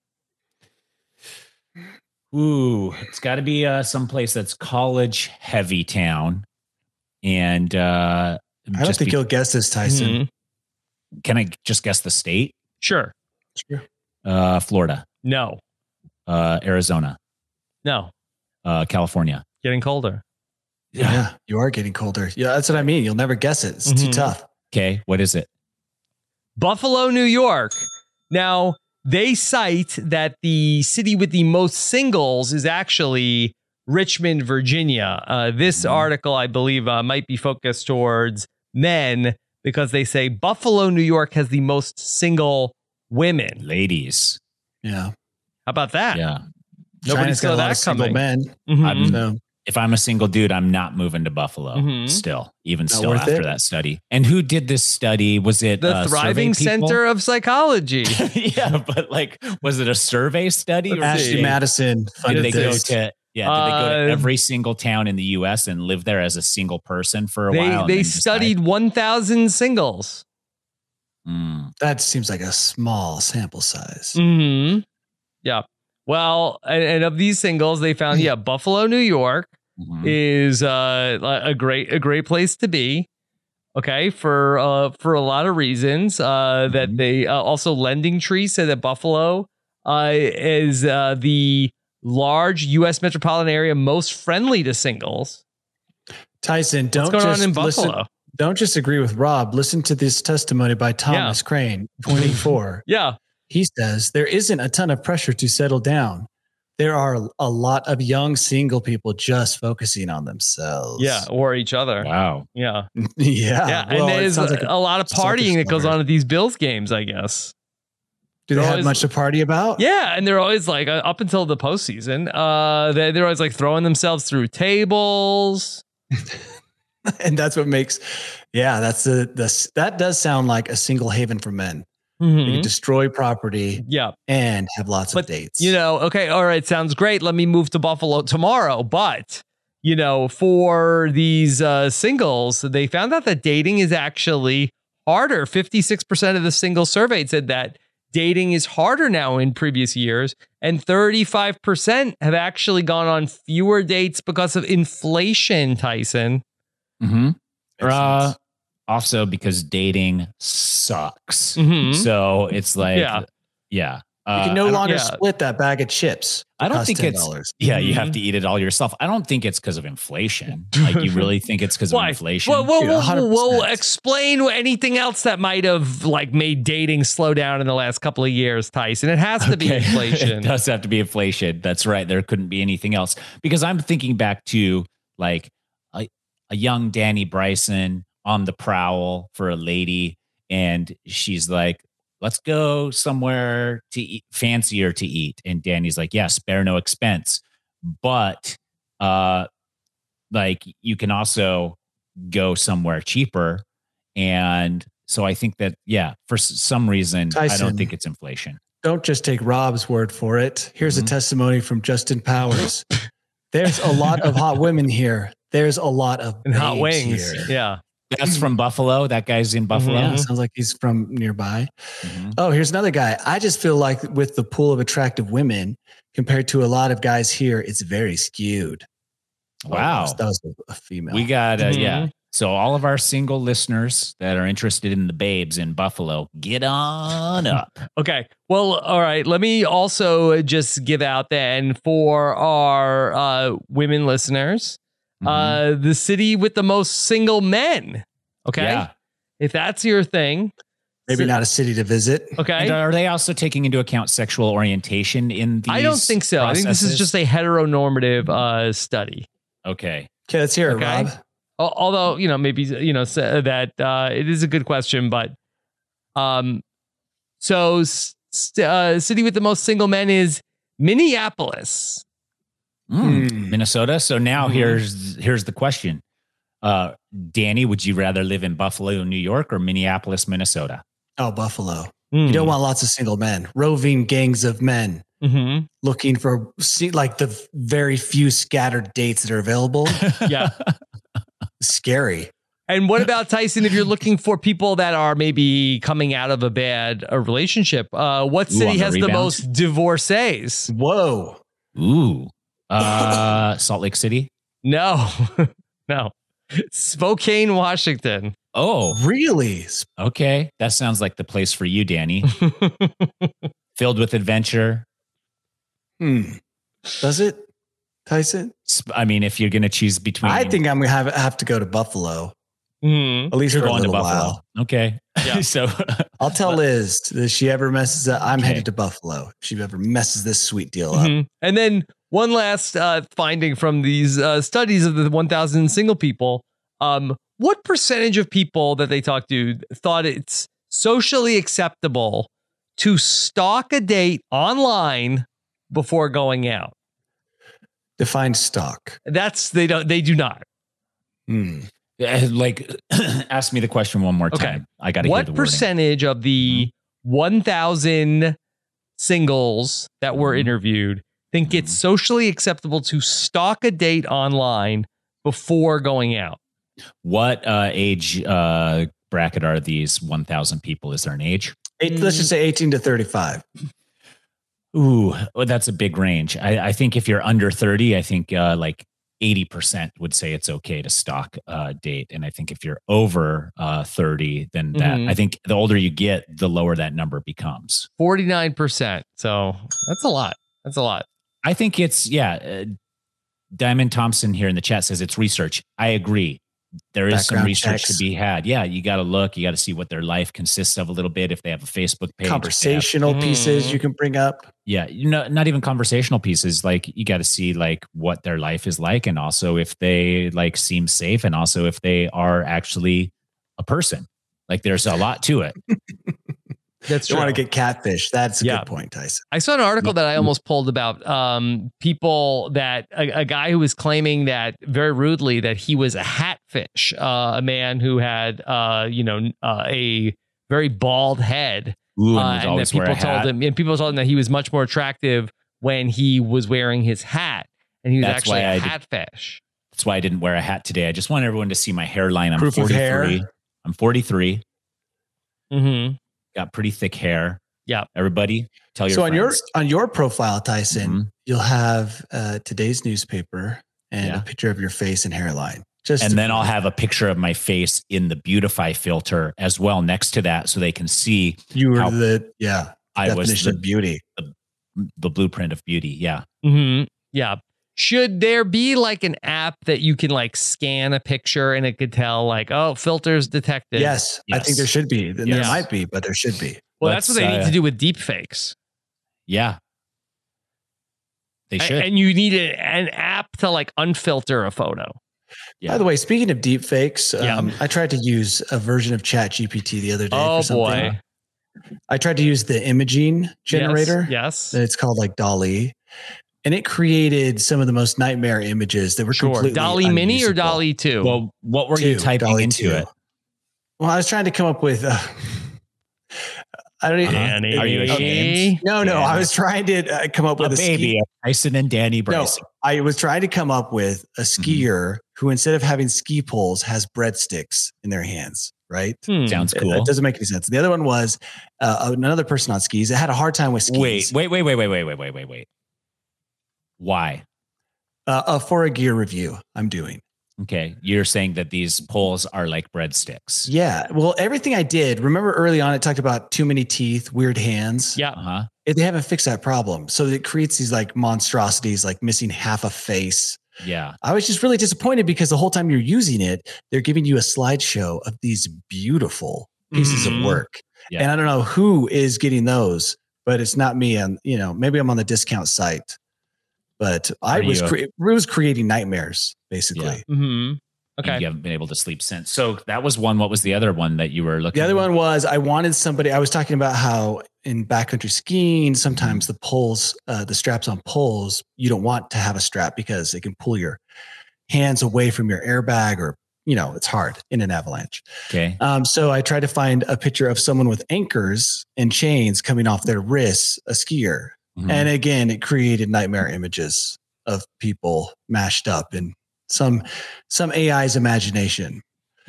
Ooh, it's got to be uh, someplace that's college heavy town. And uh,
I don't
just be-
think you'll guess this, Tyson.
Mhm.
can I just guess the state?
Sure.
Sure.
Uh, Florida,
No.
uh, Arizona,
No.
uh, California.
Getting colder.
Yeah. you are getting colder. Yeah, that's what I mean. You'll never guess it. It's too
Mhm.
tough.
Okay. What is it?
Buffalo, New York. Now, they cite that the city with the most singles is actually Richmond, Virginia. Uh, this
Mm-hmm.
article, I believe, uh, might be focused towards men because they say Buffalo, New York has the most single women.
Ladies.
Yeah,
How about that?
Yeah.
Nobody's
China's got a
got
lot
that
of single
coming.
men.
Mhm.
I'm-
So
if I'm a single dude, I'm not moving to Buffalo
Mhm.
still, even still
worth
after
it?
that study. And who did this study? Was it
The
uh, survey
thriving
people?
center of psychology.
yeah, but like, was it a survey study? Or
Let's
did
Ashley
see.
they-
Madison
Did
funded
they go
this.
to yeah? Did they go
Uh,
to every single town in the U.S. and live there as a single person for a while?
they
and
they
then decide-
studied 1,000 singles.
Mm,
that seems like a small sample size.
hmm Yeah. Well, and, and of these singles, they found
Mm-hmm.
yeah, Buffalo, New York
mhm.
is uh, a a great a great place to be. Okay, for uh, for a lot of reasons uh,
Mm-hmm.
that they uh, also Lending Tree said that Buffalo uh, is uh, the large U.S. metropolitan area most friendly to singles.
Tyson, don't
What's going
just
on in
listen-
Buffalo?
Don't just agree with Rob. Listen to this testimony by Thomas Crane, 24.
Yeah.
he says there isn't a ton of pressure to settle down. There are a lot of young single people just focusing on themselves.
Yeah, or each other.
wow.
Yeah,
yeah.
yeah,
Ah, well,
and
it
there's
sounds like
a, a lot of
selfish
partying that goes
lover.
on at these Bills games, I guess.
Do they
They're
have
always-
much to party about?
Yeah, and they're always like uh, up until the postseason. Uh, they, they're always like throwing themselves through tables.
and that's what makes yeah that's the the that does sound like a single haven for men
Mhm.
you can destroy property
Yeah.
and have lots of dates
You know, okay, all right, sounds great. Let me move to Buffalo tomorrow. But, you know, for these uh, singles, they found out that dating is actually harder. 56% of the single surveyed said that dating is harder now in previous years. And 35% have actually gone on fewer dates because of inflation, Tyson.
Mm-hmm. Uh, also because dating sucks.
Mhm.
So it's like,
Yeah.
yeah, yeah.
you
Uh,
can
I
no
don't-
longer
yeah.
split that bag of chips
I don't
Cost
think it's
$10.
yeah. You
Mm-hmm.
have to eat it all yourself. I don't think it's because of inflation. Like you really think it's because of
Why?
inflation?
Whoa, whoa,
Dude,
whoa,
100%
whoa, whoa. Explain anything else that might have like made dating slow down in the last couple of years, Tyson. It has to be
Okay.
inflation.
it does have to be inflation. That's right. There couldn't be anything else because I'm thinking back to like a, a young Danny Bryson on the prowl for a lady, and she's like, "Let's go somewhere to eat, fancier to eat," and Danny's like, "Yeah, spare no expense," but uh, like you can also go somewhere cheaper and. So I think that yeah, for s- some reason I
Tyson.
don't think it's inflation. Mm-hmm.
don't just take rob's word for it here's a testimony from justin powers there's a lot of hot women here there's a lot of
and hot
babes
wings.
here.
Yeah. Mm-hmm.
That's from Buffalo. That guy's in Buffalo. Mm-hmm.
Yeah, sounds like he's from nearby. Mm-hmm. Oh, here's another guy. I just feel like with the pool of attractive women compared to a lot of guys here, it's very skewed. Oh,
Wow.
that was a- a female.
We got uh,
Mhm.
yeah. So all of our single listeners that are interested in the babes in Buffalo, get on up.
Okay. Well, all right. Let me also just give out then for our uh, women listeners
Mm-hmm.
uh, the city with the most single men. Okay.
Yeah.
If that's your thing.
Maybe not a city to visit.
Okay.
And are they also taking into account sexual orientation in these?
I don't think so. I think this is just a heteronormative uh, study.
okay.
Okay, let's hear it, Rob.
Al- Although you know, maybe you know sa- that uh, it is a good question, but um, so s- s- uh, city with the most single men is Minneapolis.
Mm,
Hmm.
Minnesota. So now
Mm-hmm.
here's here's the question, uh, Danny. Would you rather live in Buffalo, New York, or Minneapolis, Minnesota?
Oh, Buffalo.
Hmm.
You don't want lots of single men, roving gangs of men
Mm-hmm.
looking for see, like the very few scattered dates that are available.
Yeah.
Scary.
And what about Tyson? If you're looking for people that are maybe coming out of a bad uh, relationship, uh, what
Ooh,
city
on the
has the
rebound?
most divorcees?
Whoa.
Ooh, uh, Salt Lake City.
No, no, Spokane, Washington.
Oh,
Really?
Okay. That sounds like the place for you, Danny. Filled with adventure.
Hmm. Does it, Tyson?
Sp- I mean, if you're going to choose between.
I think I'm gonna have, have to go to Buffalo.
Hmm.
At least
you're
for a
going to
little
Buffalo.
while.
Okay.
Yeah.
so,
I'll tell Liz that if she ever messes up. I'm headed to Buffalo. If she ever messes this sweet deal up.
Mhm. And then one last uh, finding from these uh, studies of the 1,000 single people. Um, what percentage of people that they talked to thought it's socially acceptable to stalk a date online before going out?
Define stock. Hmm.
That's they don't they do not.
Eh, like, ask me the question one more time. I got to hear the
What
wording.
percentage of the 1,000 singles that were interviewed think it's socially acceptable to stalk a date online before going out?
What uh, age uh, bracket are these 1,000 people? Is there an age?
Eight, Let's just say 18 to 35.
Ooh, well, that's a big range. I, I think if you're under 30, I think uh, like 80% would say it's okay to stock uh, date. And I think if you're over uh, 30, then that,
Mm-hmm.
Mhm.
I think the older you get, the lower that number becomes.
49%. So that's a lot. That's a lot.
I think it's, yeah. Uh, Diamond Thompson here in the chat says it's research. I agree. There is some
Background
research
checks.
to be had. Yeah. You got to look, you got to see what their life consists of a little bit. If they have a Facebook page, if they have-
Conversational
Mm-hmm.
pieces you can bring up.
yeah you know not even conversational pieces like you got to see like what their life is like and also if they like seem safe and also if they are actually a person like there's a lot to it
That's
you want to
true.
get catfish. That's a
Yeah.
good point, Tyson.
I saw an article that I almost pulled about um, people that a, a guy who was claiming that very rudely that he was a hatfish, uh, a man who had uh, you know uh, a very bald head,
Ooh, and would
uh, and that
always wear a
people told
hat.
him and people told him that he was much more attractive when he was wearing his hat, and he was
That's
actually
why I
a
did-
hatfish.
That's why I didn't wear a hat today. I just want everyone to see my hairline. I'm
Proof of
43.
hair.
I'm 43.
Mm-hmm.
Got pretty thick hair.
Yeah.
Everybody, tell your
so on
friends.
your on your profile, Tyson,
Mm-hmm.
you'll have uh, today's newspaper and
Yeah.
a picture of your face and hairline. Just
and
to-
then I'll have a picture of my face in the beautify filter as well next to that, so they can see
you were
how
the yeah
I was
definition
the,
of beauty.
the blueprint of beauty. Yeah.
hmm Yeah. Should there be like an app that you can like scan a picture and it could tell like, oh, filters detected?
Yes, I think there should be. There
Yes.
might be, but there should be.
Well, that's what
Let's,
they need
uh,
to do with deepfakes.
Yeah. They
A-
should.
And you need a- an app to like unfilter a photo.
By the way, speaking of deep fakes,
Yeah.
um, I tried to use a version of Chat GPT the other day.
Oh,
for something.
boy.
I tried to use the imaging generator.
Yes. yes.
It's called like Dolly. And it created some of the most nightmare images that were
Sure.
completely
Dolly Mini or
unusable.
Dolly 2?
Well, what were you
Two,
typing
Dolly
into
two.
it?
Well, I was trying to come up with. Uh, I don't even.
Danny.
uh-huh. Are you ashamed?
No, no.
Yeah.
I was trying to uh, come up
A
with a, ski-
baby, Tyson and Danny
No,
Bryson.
I was trying to come up with a skier who, instead of having ski poles, has breadsticks in their hands. Right?
Hmm.
Sounds cool.
It, it doesn't make any sense. Uh, The other one was uh, another person on skis. It had a hard time with
Wait,
skis.
wait, wait, wait, wait, wait, wait, wait, wait, wait. Why?
Uh, uh, for a gear review, I'm doing.
Okay. You're saying that these poles are like breadsticks.
Yeah. Well, everything I did. Remember early on, it talked about too many teeth, weird hands.
Yeah.
Uh-huh.
It- they haven't fixed that problem. So it creates these like monstrosities, like missing half a face.
Yeah.
I was just really disappointed because the whole time you're using it, they're giving you a slideshow of these beautiful pieces
Mhm.
of work.
Mm-hmm. Yeah.
And I don't know who is getting those, but it's not me. And you know, maybe I'm on the discount site, but I
Are
was
you a-
cre- it was creating nightmares basically.
Yeah.
hmm
And
Okay.
You haven't been able to sleep since. So that was one. What was the other one that you were looking
The other
at?
one was I wanted somebody. I was talking about how in backcountry skiing, sometimes the poles, uh, the straps on poles, you don't want to have a strap because it can pull your hands away from your airbag, or you know, it's hard in an avalanche.
Okay.
Um, so I tried to find a picture of someone with anchors and chains coming off their wrists, a skier,
Mhm.
and again, it created nightmare images of people mashed up in some some AI's imagination.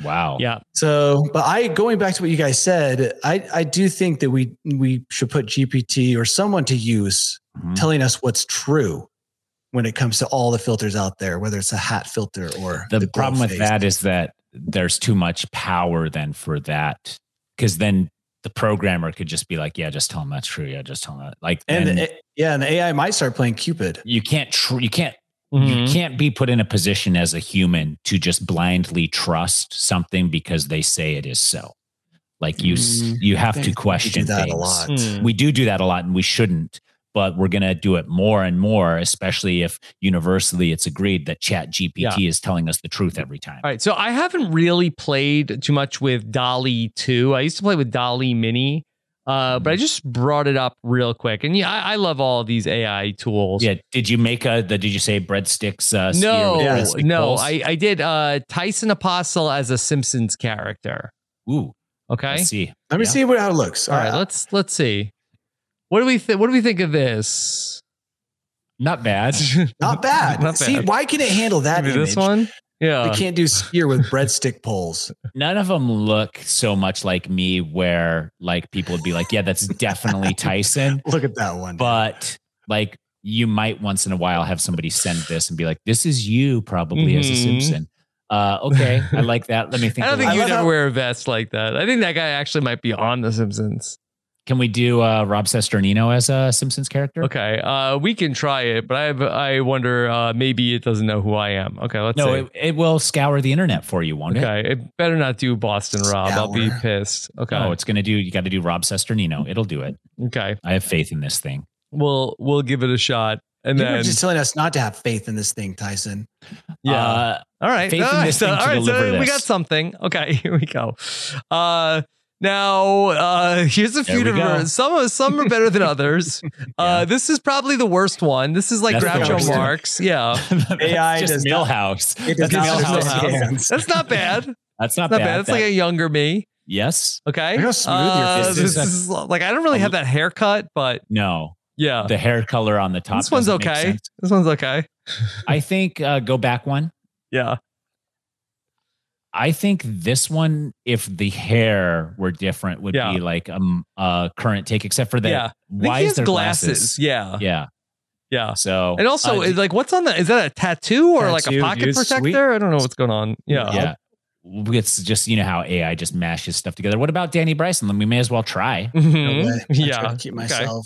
wow.
Yeah.
So, but I going back to what you guys said, I I do think that we we should put GPT or someone to use
Mhm.
telling us what's true when it comes to all the filters out there, whether it's a hat filter or
the,
gold
problem with
face.
that is that there's too much power then for that because then the programmer could just be like yeah just tell them that's true yeah just tell them that like
and,
and
the A- yeah, and the AI might start playing Cupid.
you can't tr- you can't
Mhm.
you can't be put in a position as a human to just blindly trust something because they say it is so like you s
Mm,
you have
I
to
think we
question
do that
things
a lot.
Mm.
we do do that a lot and we shouldn't but we're going to do it more and more especially if universally it's agreed that chat gpt
Yeah.
is telling us the truth every time
All right. So I haven't really played too much with Dolly 2. I used to play with Dolly Mini, uh,
Mm-hmm.
but I just brought it up real quick. And yeah, I, I love all these AI tools.
Yeah. Did you make a? The, did you say breadsticks? Uh, skier
no,
with
Yeah.
breadstick
no,
poles?
I, I did uh, Tyson Apostle as a Simpsons character.
Ooh.
Okay.
Let's see.
Let me
Yeah.
see what how it looks.
All right, let's let's see. What do we think? What do we think of this?
Not bad.
Not bad.
Not
See,
bad.
why can it handle that?
Maybe this
image?
one? Uh. Yeah.
We can't do spear with breadstick poles.
None of them look so much like me, where like people would be like, "Yeah, that's definitely Tyson,"
Look at that one.
but like you might once in a while have somebody send this and be like, "This is you probably as a
Mhm.
Simpson." Uh, okay, I like that. Let me think.
I don't
of
think
one.
you'd
love
ever
how-
wear a vest like that. I think that guy actually might be on The Simpsons.
Can we do uh, Rob Sesternino as a Simpsons character?
Okay, uh, we can try it, but I have, I wonder uh, maybe it doesn't know who I am. Okay, let's
No,
see.
it, it will scour the internet for you, won't it?
okay, it better not do Boston Rob. I'll be
Scour.
pissed. Okay,
No, Oh, it's gonna do. You got to do Rob Sesternino. It'll do it.
okay,
I have faith in this thing.
we'll we'll give it a shot, and
you
then
were just telling us not to have faith in this thing, Tyson.
yeah.
Uh,
All right.
Faith in
All right.
this
So,
thing to
all right. So
deliver
we
this.
got something. Okay. Here we go. Uh, Now, uh, here's
There
a few
we go.
different. Some are- some are better than others. uh, this is probably the worst one. This is like
That's the
Groucho
worst one.
Marx. Yeah,
AI
just
does not-
Millhouse.
It does
That's
not
Millhouse.
understand.
That's not bad.
That's not
Not
bad.
bad. It's like a younger me.
yes.
Okay.
Look how smooth your
Uh,
face is.
this is like I don't really have that haircut, but
No.
Yeah.
The hair color on the top.
this one's
doesn't make
okay.
sense.
This one's okay.
I think uh, go back one.
Yeah.
I think this one, if the hair were different, would
Yeah.
be like um, a current take, except for that.
Yeah. I think
Why
he
is
has
there glasses?
glasses. Yeah.
Yeah.
Yeah.
So
And also,
uh,
it's like, what's on the? Is that a tattoo or like a
Tattoo,
pocket
dude,
protector?
sweet.
I don't know what's going on. Yeah.
yeah. It's just you know how AI just mashes stuff together. What about Danny Bryson? Then we may as well try.
I
Mhm.
try
Yeah.
to keep
Okay.
myself.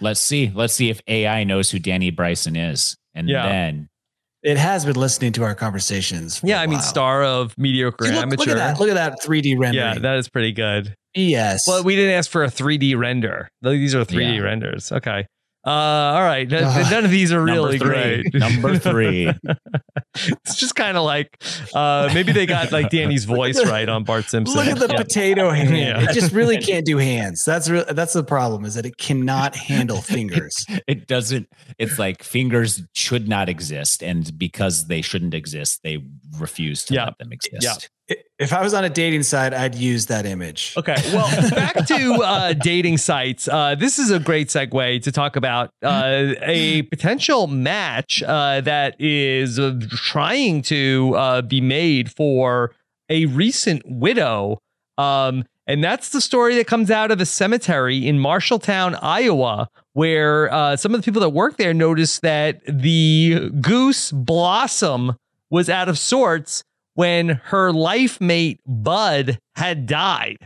Let's see. Let's see if AI knows who Danny Bryson is, and
Yeah.
then
It has been listening to our conversations. for
Yeah.
a
I mean,
while.
star of mediocre
Dude, look,
amateur.
look at that! Look at that 3D rendering.
yeah, that is pretty good.
Yes.
Well, we didn't ask for a 3D render. These are 3D
Yeah.
renders. Okay. Uh, all right. None- None of these are
Number
really
three.
great.
Number three.
it's just kind of like uh, maybe they got like Danny's voice right on Bart Simpson.
Look at the
Yeah.
potato hand.
Yeah.
It just really can't do hands. That's re- that's the problem is that it cannot handle fingers.
it doesn't. It's like fingers should not exist, and because they shouldn't exist, they refuse to
Yeah.
let them exist.
Yeah.
if I was on a dating site, I'd use that image.
Okay. Well, back to uh, dating sites. Uh, this is a great segue to talk about uh, a potential match uh, that is uh, trying to uh, be made for a recent widow. Um, and that's the story that comes out of a cemetery in Marshalltown, Iowa, where uh, some of the people that work there noticed that the goose blossom was out of sorts when her life mate, Bud, had died.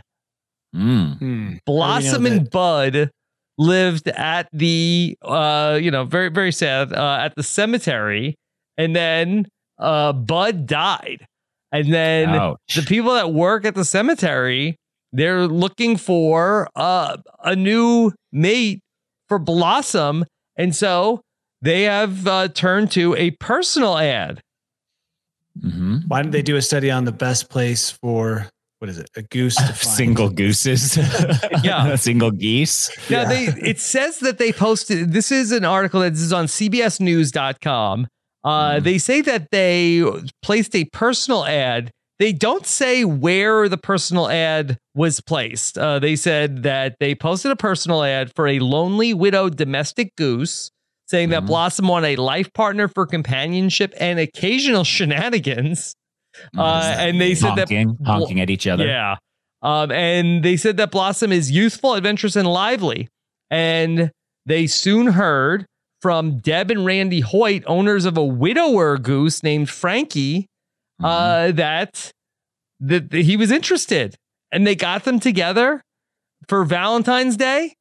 Mm.
Hmm.
Blossom
How do we know
and Bud lived at the uh you know very very sad uh at the cemetery and then uh Bud died. And then
Ouch.
the people that work at the cemetery they're looking for uh a new mate for Blossom and so they have uh, turned to a personal ad.
Mhm.
Why didn't they do a study on the best place for what is it? A goose to find
Single gooses.
Yeah.
Single geese.
Now they it says that they posted this is an article that this is on cbsnews.com. Uh
Hmm.
they say that they placed a personal ad. They don't say where the personal ad was placed. Uh, they said that they posted a personal ad for a lonely widowed domestic goose, saying
Hmm.
that Blossom wanted a life partner for companionship and occasional shenanigans. Uh, and they said
Mm. honking,
that
honking at each other.
yeah. Um, and they said that Blossom is youthful, adventurous, and lively. And they soon heard from Deb and Randy Hoyt, owners of a widower goose named Frankie,
Mm-hmm.
uh, that, that that he was interested. And they got them together for Valentine's Day.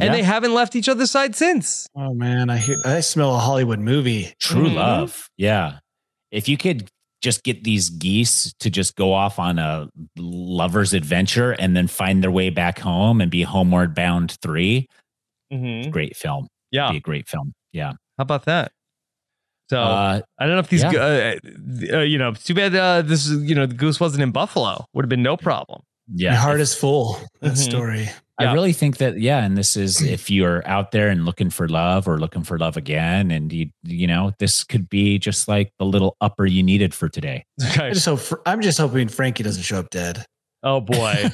And
Yeah.
they haven't left each other's side since.
Oh man, I hear, I smell a Hollywood movie.
True
Mhm.
love. Yeah. If you could just get these geese to just go off on a lover's adventure and then find their way back home and be homeward bound three,
Mm-hmm.
great film.
Yeah.
Be a great film. Yeah.
How about that? So
Uh,
I don't know if these,
yeah.
go- uh, uh, you know, too bad uh, this, is- you know, the goose wasn't in Buffalo. Would have been no problem.
yeah.
My heart is full. That
Mhm.
story.
I
Yeah.
really think that yeah, and this is if you're out there and looking for love or looking for love again, and you you know this could be just like the little upper you needed for today.
I
Okay.
just hope Fr- I'm just hoping Frankie doesn't show up dead.
Oh boy.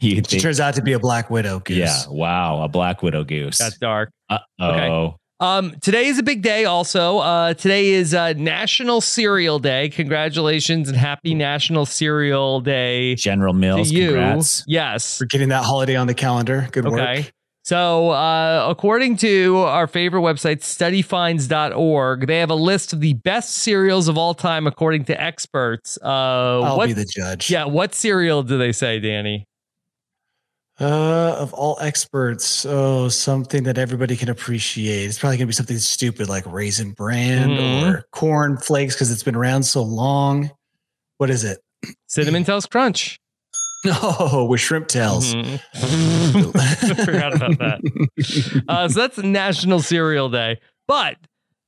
you
She
think,
turns out to be a black widow goose.
yeah, wow, a black widow goose.
That's dark.
Uh oh,
Okay. Um, today is a big day. Also, uh, today is uh, National Cereal Day. Congratulations and happy National Cereal Day
General
to
Mills,
you.
congrats.
Yes.
For getting that holiday on the calendar. Good
Okay.
work.
So, uh, according to our favorite website, studyfinds.org, they have a list of the best cereals of all time, according to experts. Uh,
I'll
what,
be the judge.
yeah, what cereal do they say, Danny?
Uh, of all experts, oh, something that everybody can appreciate. It's probably gonna be something stupid like raisin bran
Mhm.
or corn flakes because it's been around so long. What is it?
Cinnamon Toast Crunch.
No, with shrimp tails.
Mhm. Forgot about that. uh, so that's National Cereal Day. But,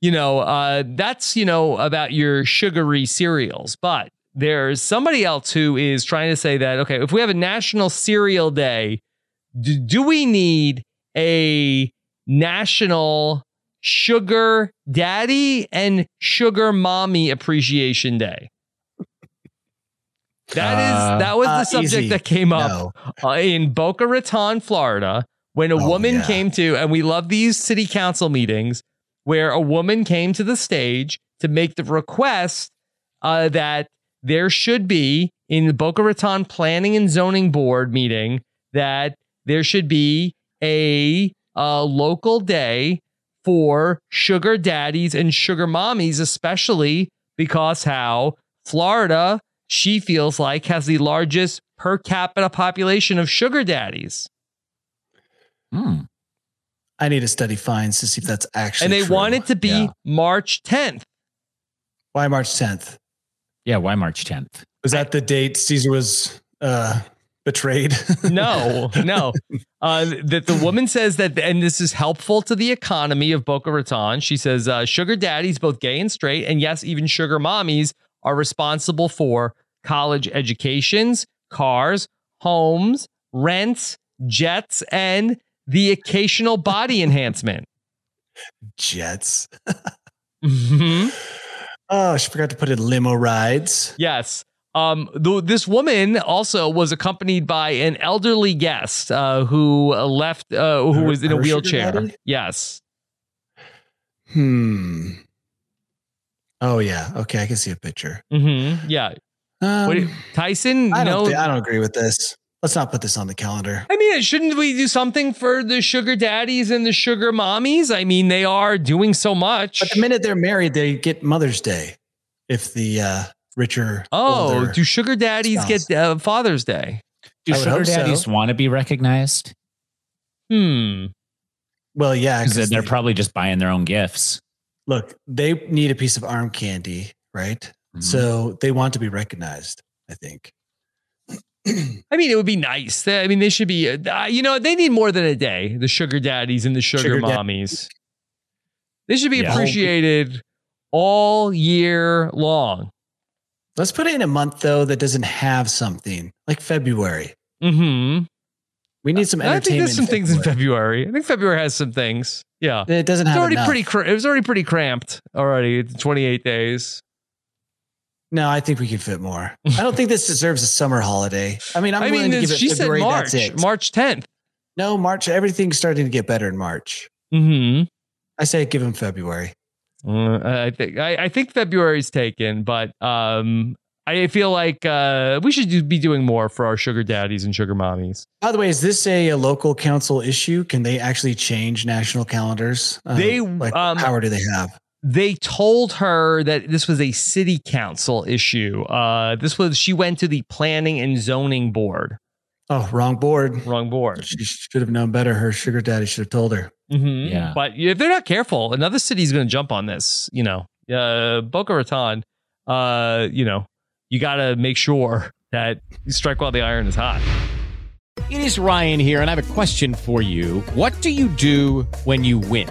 you know, uh, that's, you know, about your sugary cereals. But there's somebody else who is trying to say that okay, if we have a national cereal day, do, do we need a national sugar daddy and sugar mommy appreciation day? That is
Uh,
that was
uh,
the subject
easy.
that came up uh, in Boca Raton, Florida, when a woman came to, and we love these city council meetings where a woman came to the stage to make the request uh, that there should be in the Boca Raton Planning and Zoning Board meeting that there should be a uh, local day for sugar daddies and sugar mommies, especially because how Florida, she feels like, has the largest per capita population of sugar daddies.
Hmm.
I need to study fines to see if that's actually.
and they
true.
want it to be March 10th.
Why March 10th?
Yeah, why March 10th?
Was that the date Caesar was uh, betrayed?
no, no. Uh, that the woman says that, and this is helpful to the economy of Boca Raton. She says uh, sugar daddies, both gay and straight, and yes, even sugar mommies, are responsible for college educations, cars, homes, rents, jets, and the occasional body enhancement.
Jets. Mm-hmm.
hmm
Oh, she forgot to put in limo rides.
Yes. Um, th- this woman also was accompanied by an elderly guest uh, who uh, left, uh, who
Her-
was in a
her sugar
wheelchair.
daddy?
Yes.
Hmm. Oh yeah. Okay, I can see a picture.
Mm-hmm. Yeah. What do you- Tyson,
Um, I don't.
no.
thi- I don't agree with this. Let's not put this on the calendar.
I mean, shouldn't we do something for the sugar daddies and the sugar mommies? I mean, they are doing so much.
But the minute they're married, they get Mother's Day. If the uh, richer.
oh,
older-
do sugar daddies
spouse.
get uh, Father's Day?
Do
I would
sugar
hope so.
daddies want to be recognized?
Hmm.
Well, yeah.
Because
'cause
they're
they-
probably just buying their own gifts.
look, they need a piece of arm candy, right?
Mm-hmm.
So they want to be recognized. I think.
I mean, it would be nice. They- I mean, they should be, uh, you know, they need more than a day, the sugar daddies and the sugar,
Sugar dad-
mommies. They should be
Yeah.
appreciated all year long.
Let's put it in a month though that doesn't have something like February.
Mm-hmm.
We need some
I
entertainment.
think there's some
in
things in February. I think February has some things. Yeah.
It doesn't
It's
have
already
enough.
pretty. Cr- it was already pretty cramped already. It's 28 days.
No, I think we can fit more. I don't think this deserves a summer holiday. I mean, I'm
I
willing
mean,
to give
this-
it
she said
February.
March,
That's it.
March 10th.
No, March. Everything's starting to get better in March.
Mm-hmm. Uh,
I say give him February.
I think I, I think February's taken, but um, I feel like uh, we should do- be doing more for our sugar daddies and sugar mommies.
By the way, is this a, a local council issue? Can they actually change national calendars? Uh,
They,
like
um,
power do they have?
They told her that this was a city council issue. Uh, this was she went to the planning and zoning board.
Oh, wrong board.
Wrong board.
She should have known better. Her sugar daddy should have told her.
Mm-hmm.
Yeah.
But if they're not careful, another city's going to jump on this. You know, uh, Boca Raton. Uh, you know, you got to make sure that you strike while the iron is hot.
It is Ryan here, and I have a question for you. What do you do when you win?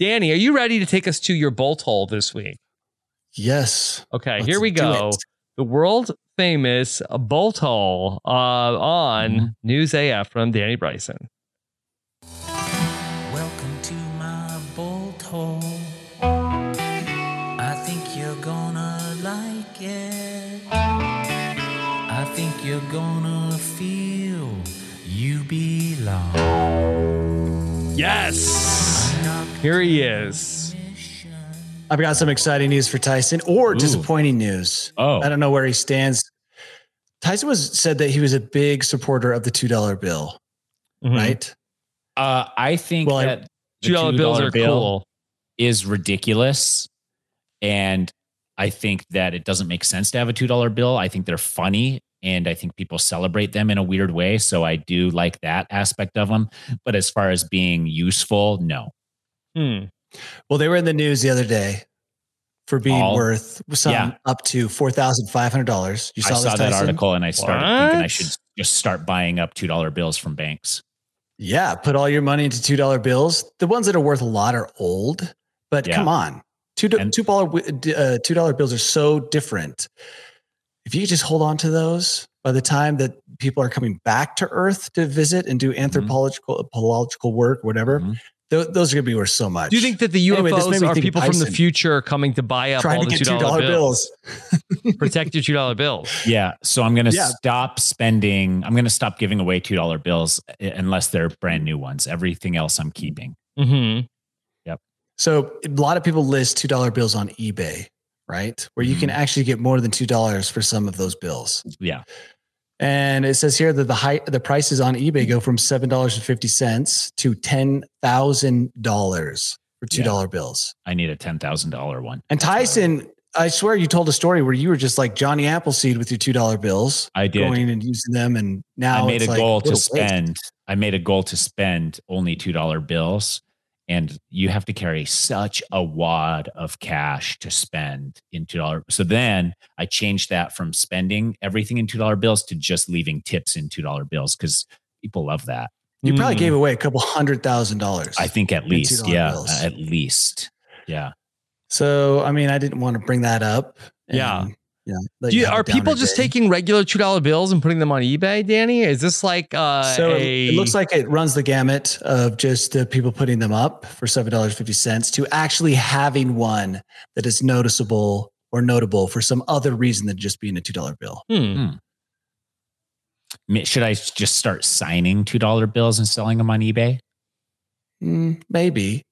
Danny, are you ready to take us to your bolt hole this week?
Yes.
Okay,
Let's
here we
do
go.
it.
The world famous bolt hole uh, on
Mm-hmm.
News AF from Danny Bryson.
Welcome to my bolt hole. I think you're gonna like it. I
think you're gonna feel you belong.
Yes! Here he is.
I've got some exciting news for Tyson or disappointing news.
Oh.
I don't know where he stands. Tyson was said that he was a big supporter of the two dollar bill,
Mm-hmm.
right?
Uh, I think
Well, I-
that the
$2 bills are cool.
Is ridiculous, and I think that it doesn't make sense to have a two dollar bill. I think they're funny, and I think people celebrate them in a weird way. So I do like that aspect of them. But as far as being useful, no.
Hmm.
Well, they were in the news the other day for being
All-
worth some
Yeah.
up to four thousand five hundred dollars. You saw,
I
this,
saw that
Tyson?
article, and I started thinking I
What?
should just start buying up two dollar bills from banks.
Yeah, put all your money into two dollar bills. The ones that are worth a lot are old, but
Yeah.
come on, two two dollar uh, two dollar bills are so different. If you could just hold on to those, by the time that people are coming back to Earth to visit and do
Mm-hmm.
anthropological apological work, whatever, tho- those are going to be worth so much.
Do you think that the
Anyway, this
UFOs
made me
are
think
people from the
Tyson.
future coming to buy up
Trying
all
to
the
get
$2
$2
bills? Protect your $2 bills.
Yeah. So I'm going to
Yeah.
stop spending. I'm going to stop giving away $2 bills uh, unless they're brand new ones. Everything else I'm keeping.
Mm-hmm.
Yep.
So a lot of people list two dollar bills on eBay, right? Where you can actually get more than two dollars for some of those bills.
Mm-hmm. Yeah.
And it says here that the high the prices on eBay go from seven dollars and fifty cents to ten thousand dollars for two dollar bills.
I need a $10,000 one.
And Tyson, I swear you told a story where you were just like Johnny Appleseed with your two dollar bills.
I did.
going and using them, and now
I made
it's
a
like,
goal
what
to
waste.
spend. I made a goal to spend only $2 bills. And you have to carry such a wad of cash to spend in $2. So then I changed that from spending everything in $2 bills to just leaving tips in $2 bills because people love that.
You probably gave away a couple hundred thousand dollars.
I think at
in
least,
$2
yeah,
bills.
at least, yeah.
So I mean, I didn't want to bring that up.
Yeah.
Yeah.
Do you- are people just taking regular $2 bills and putting them on eBay, Danny? Is this like uh,
so it-
a.
it looks like it runs the gamut of just uh, people putting them up for seven dollars fifty cents to actually having one that is noticeable or notable for some other reason than just being a two dollar bill.
Hmm.
Mi- Should I s- just start signing two dollar bills and selling them on eBay?
Mm, maybe.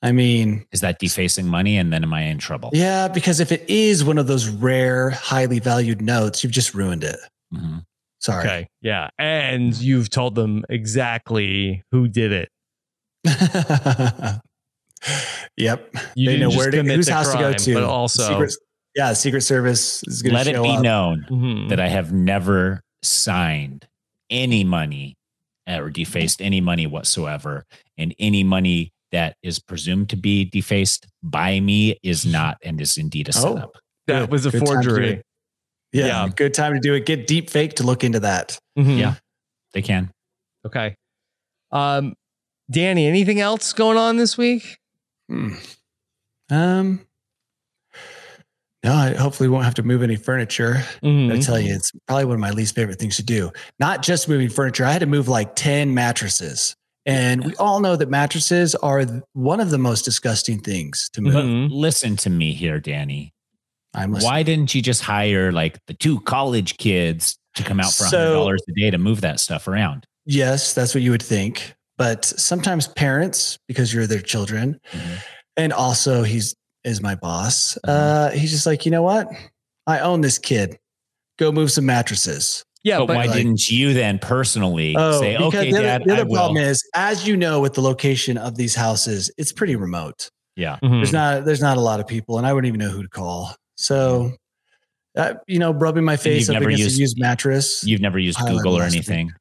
I mean,
is that defacing money? And then am I in trouble?
Yeah, because if it is one of those rare, highly valued notes, you've just ruined it.
Mhm.
Sorry.
Okay. Yeah. And you've told them exactly who did it.
Yep.
You
they
didn't
know
just
where to
commit
whose
the
house to go
crime,
to.
but also-
Secret- yeah, Secret Service is going to
Let it
show
be
up.
known
Mhm.
Mm.
that I have never signed any money uh, or defaced any money whatsoever, and any money that is presumed to be defaced by me is not, and is indeed a
Oh.
setup.
That
Good-
was a
good time to do
forgery.
it. Yeah,
Yeah.
good time to do it. Get deep fake to look into that.
Mhm.
Yeah, they can.
Okay. Um, Danny, anything else going on this week? Hmm.
Um, no, I hopefully won't have to move any furniture. I
Mm-hmm.
Mhm.
tell you, it's probably one of my least favorite things to do. Not just moving furniture. I had to move like 10 mattresses. And we all know that mattresses are th- one of the most disgusting things to move.
But listen to me here, Danny.
I'm listening.
Why didn't you just hire like the two college kids to come out for hundred
So-
dollars a day to move that stuff around?
Yes, that's what you would think. But sometimes parents, because you're their children,
Mm-hmm.
and also he's is my boss. Uh, he's just like, you know what? I own this kid. Go move some mattresses.
Yeah,
but,
but-
why didn't you then personally
Oh,
say,
because
"Okay,
the other,
Dad,
the other
I will."
problem is, as you know, with the location of these houses, it's pretty remote.
yeah,
mm-hmm.
There's not there's not a lot of people, and I wouldn't even know who to call. So,
Mm-hmm.
uh, you know, rubbing my face
you've
up
never
against
used-
a used mattress.
you've never used
Highlight
Google or
last week.
anything.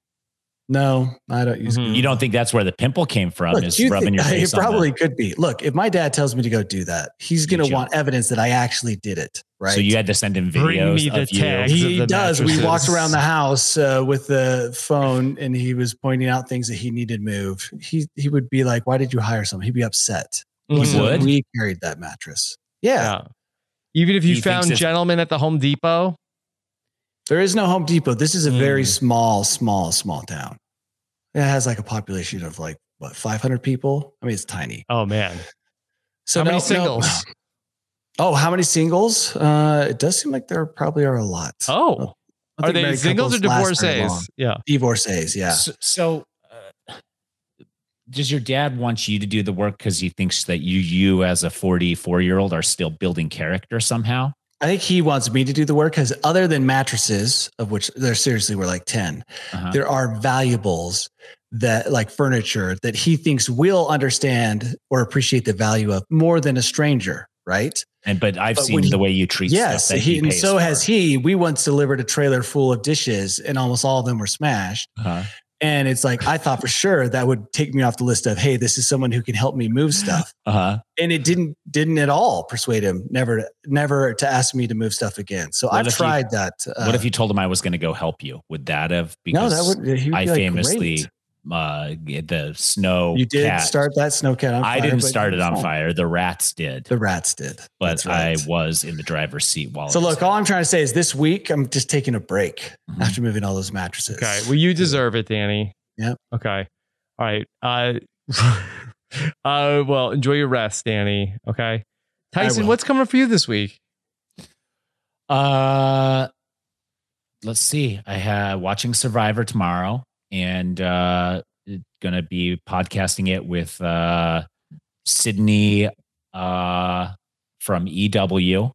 No, I don't
Mm-hmm.
use.
You don't think that's where the pimple came from?
Look,
is
you
rubbing
think-
your face?
it probably could be. Look, if my dad tells me to go do that, he's going to want evidence that I actually did it.
right.
Right.
So you had to send him videos.
Bring me the
of you.
tags of
he
the
does. We walked
mattresses.
around the house uh, with the phone, and he was pointing out things that he needed moved. He he would be like, "Why did you hire someone?" He'd be upset.
He
So
would?
We carried that mattress. Yeah.
Even if
He
you
thinks
found
it's-
gentlemen at the Home Depot, Hmm.
There is no Home Depot. This is a very small, small, small town. It has like a population of like what 500 people. I mean, it's tiny.
oh man,
So
how many
no- no-
singles?
Oh, how many singles? Uh, it does seem like there probably are a lot.
Oh,
don't
Are
think
they
married
singles or
couples last very long.
divorcees? Yeah.
Divorcees, yeah.
So, so, uh, does your dad want you to do the work because he thinks that you, you as a 44 year old, are still building character somehow?
I think he wants me to do the work because other than mattresses, of which there seriously were like 10,
Uh-huh.
there are valuables that like furniture that he thinks will understand or appreciate the value of more than a stranger, right?
And but I've
But
seen
when
the
he-
way you treat
yes,
stuff. that
he, and
pays
so
for.
has he. We once delivered a trailer full of dishes, and almost all of them were smashed.
Uh-huh.
And it's like I thought for sure that would take me off the list of hey, this is someone who can help me move stuff.
Uh-huh.
And it didn't didn't at all persuade him never never to ask me to move stuff again. So
What
I've
if you-
tried that. uh,
what if you told him I was going to go help you? Would that have?
No,
Because
that would- he would
I
be like,
famously
"Great."
uh, the snow.
you did
cat-
start that snowcat on fire?
I didn't
but
start it
you
on
won't.
fire. The rats did.
The rats did.
But I was in the driver's seat while.
So
it was Mhm.
look, all I'm trying to say is this week I'm just taking a break after moving all those mattresses.
Okay. Well, you deserve it, Danny.
Yep.
Okay. All right. Uh, uh, well, enjoy your rest, Danny. Okay. Tyson,
will.
what's coming up for you this week?
Uh, let's see. I have watching Survivor tomorrow, and uh, gonna be podcasting it with uh Sydney uh from EW.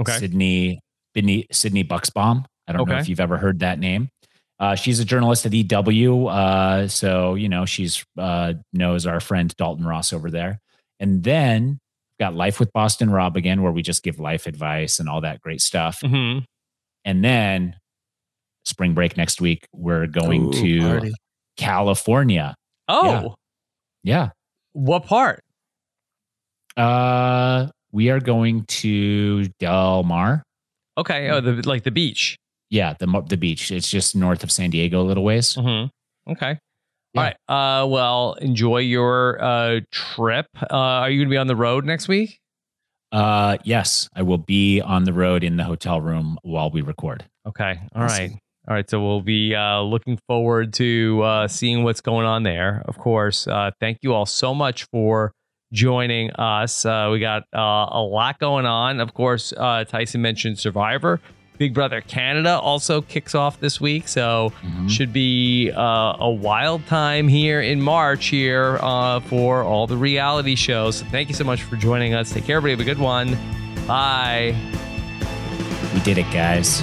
Okay.
Sydney Sydney Sydney Bucksbaum. I don't know
Okay.
if you've ever heard that name. Uh, she's a journalist at EW, uh, so you know she's uh, knows our friend Dalton Ross over there. And then got Life with Boston Rob again, where we just give life advice and all that great stuff.
Mm-hmm.
And then spring break next week, we're going
Ooh,
to
party.
California.
Oh,
Yeah.
what part?
Uh, we are going to Del Mar.
Okay. Oh,
Mm.
the like the beach.
Yeah, the mo- the beach. It's just north of San Diego, a little ways.
Mm-hmm. Okay. All right. Uh, well, enjoy your uh trip. Uh, are you gonna be on the road next week?
Uh, yes, I will be on the road in the hotel room while we record.
Okay. All right.
Awesome.
All right. So we'll be uh, looking forward to uh, seeing what's going on there. Of course. Uh, thank you all so much for joining us. Uh, we got uh, a lot going on. Of course, uh, Tyson mentioned Survivor. Big Brother Canada also kicks off this week, so should be uh, a wild time here in March here uh, for all the reality shows. So thank you so much for joining us. Take care, everybody. Have a good one. Bye.
We did it, guys.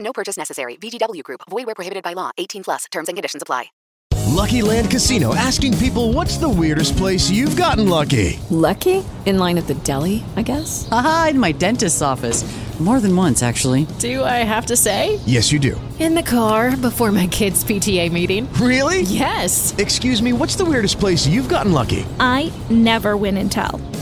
No purchase necessary. VGW Group. Void where prohibited by law. 18 plus. Terms and conditions apply.
Lucky Land Casino asking people what's the weirdest place you've gotten lucky?
Lucky? In line at the deli, I guess?
Haha, in my dentist's office. More than once, actually.
Do I have to say?
Yes, you do.
In the car before my kids' PTA meeting.
Really?
Yes.
Excuse me, what's the weirdest place you've gotten lucky?
I never win and tell.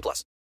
plus.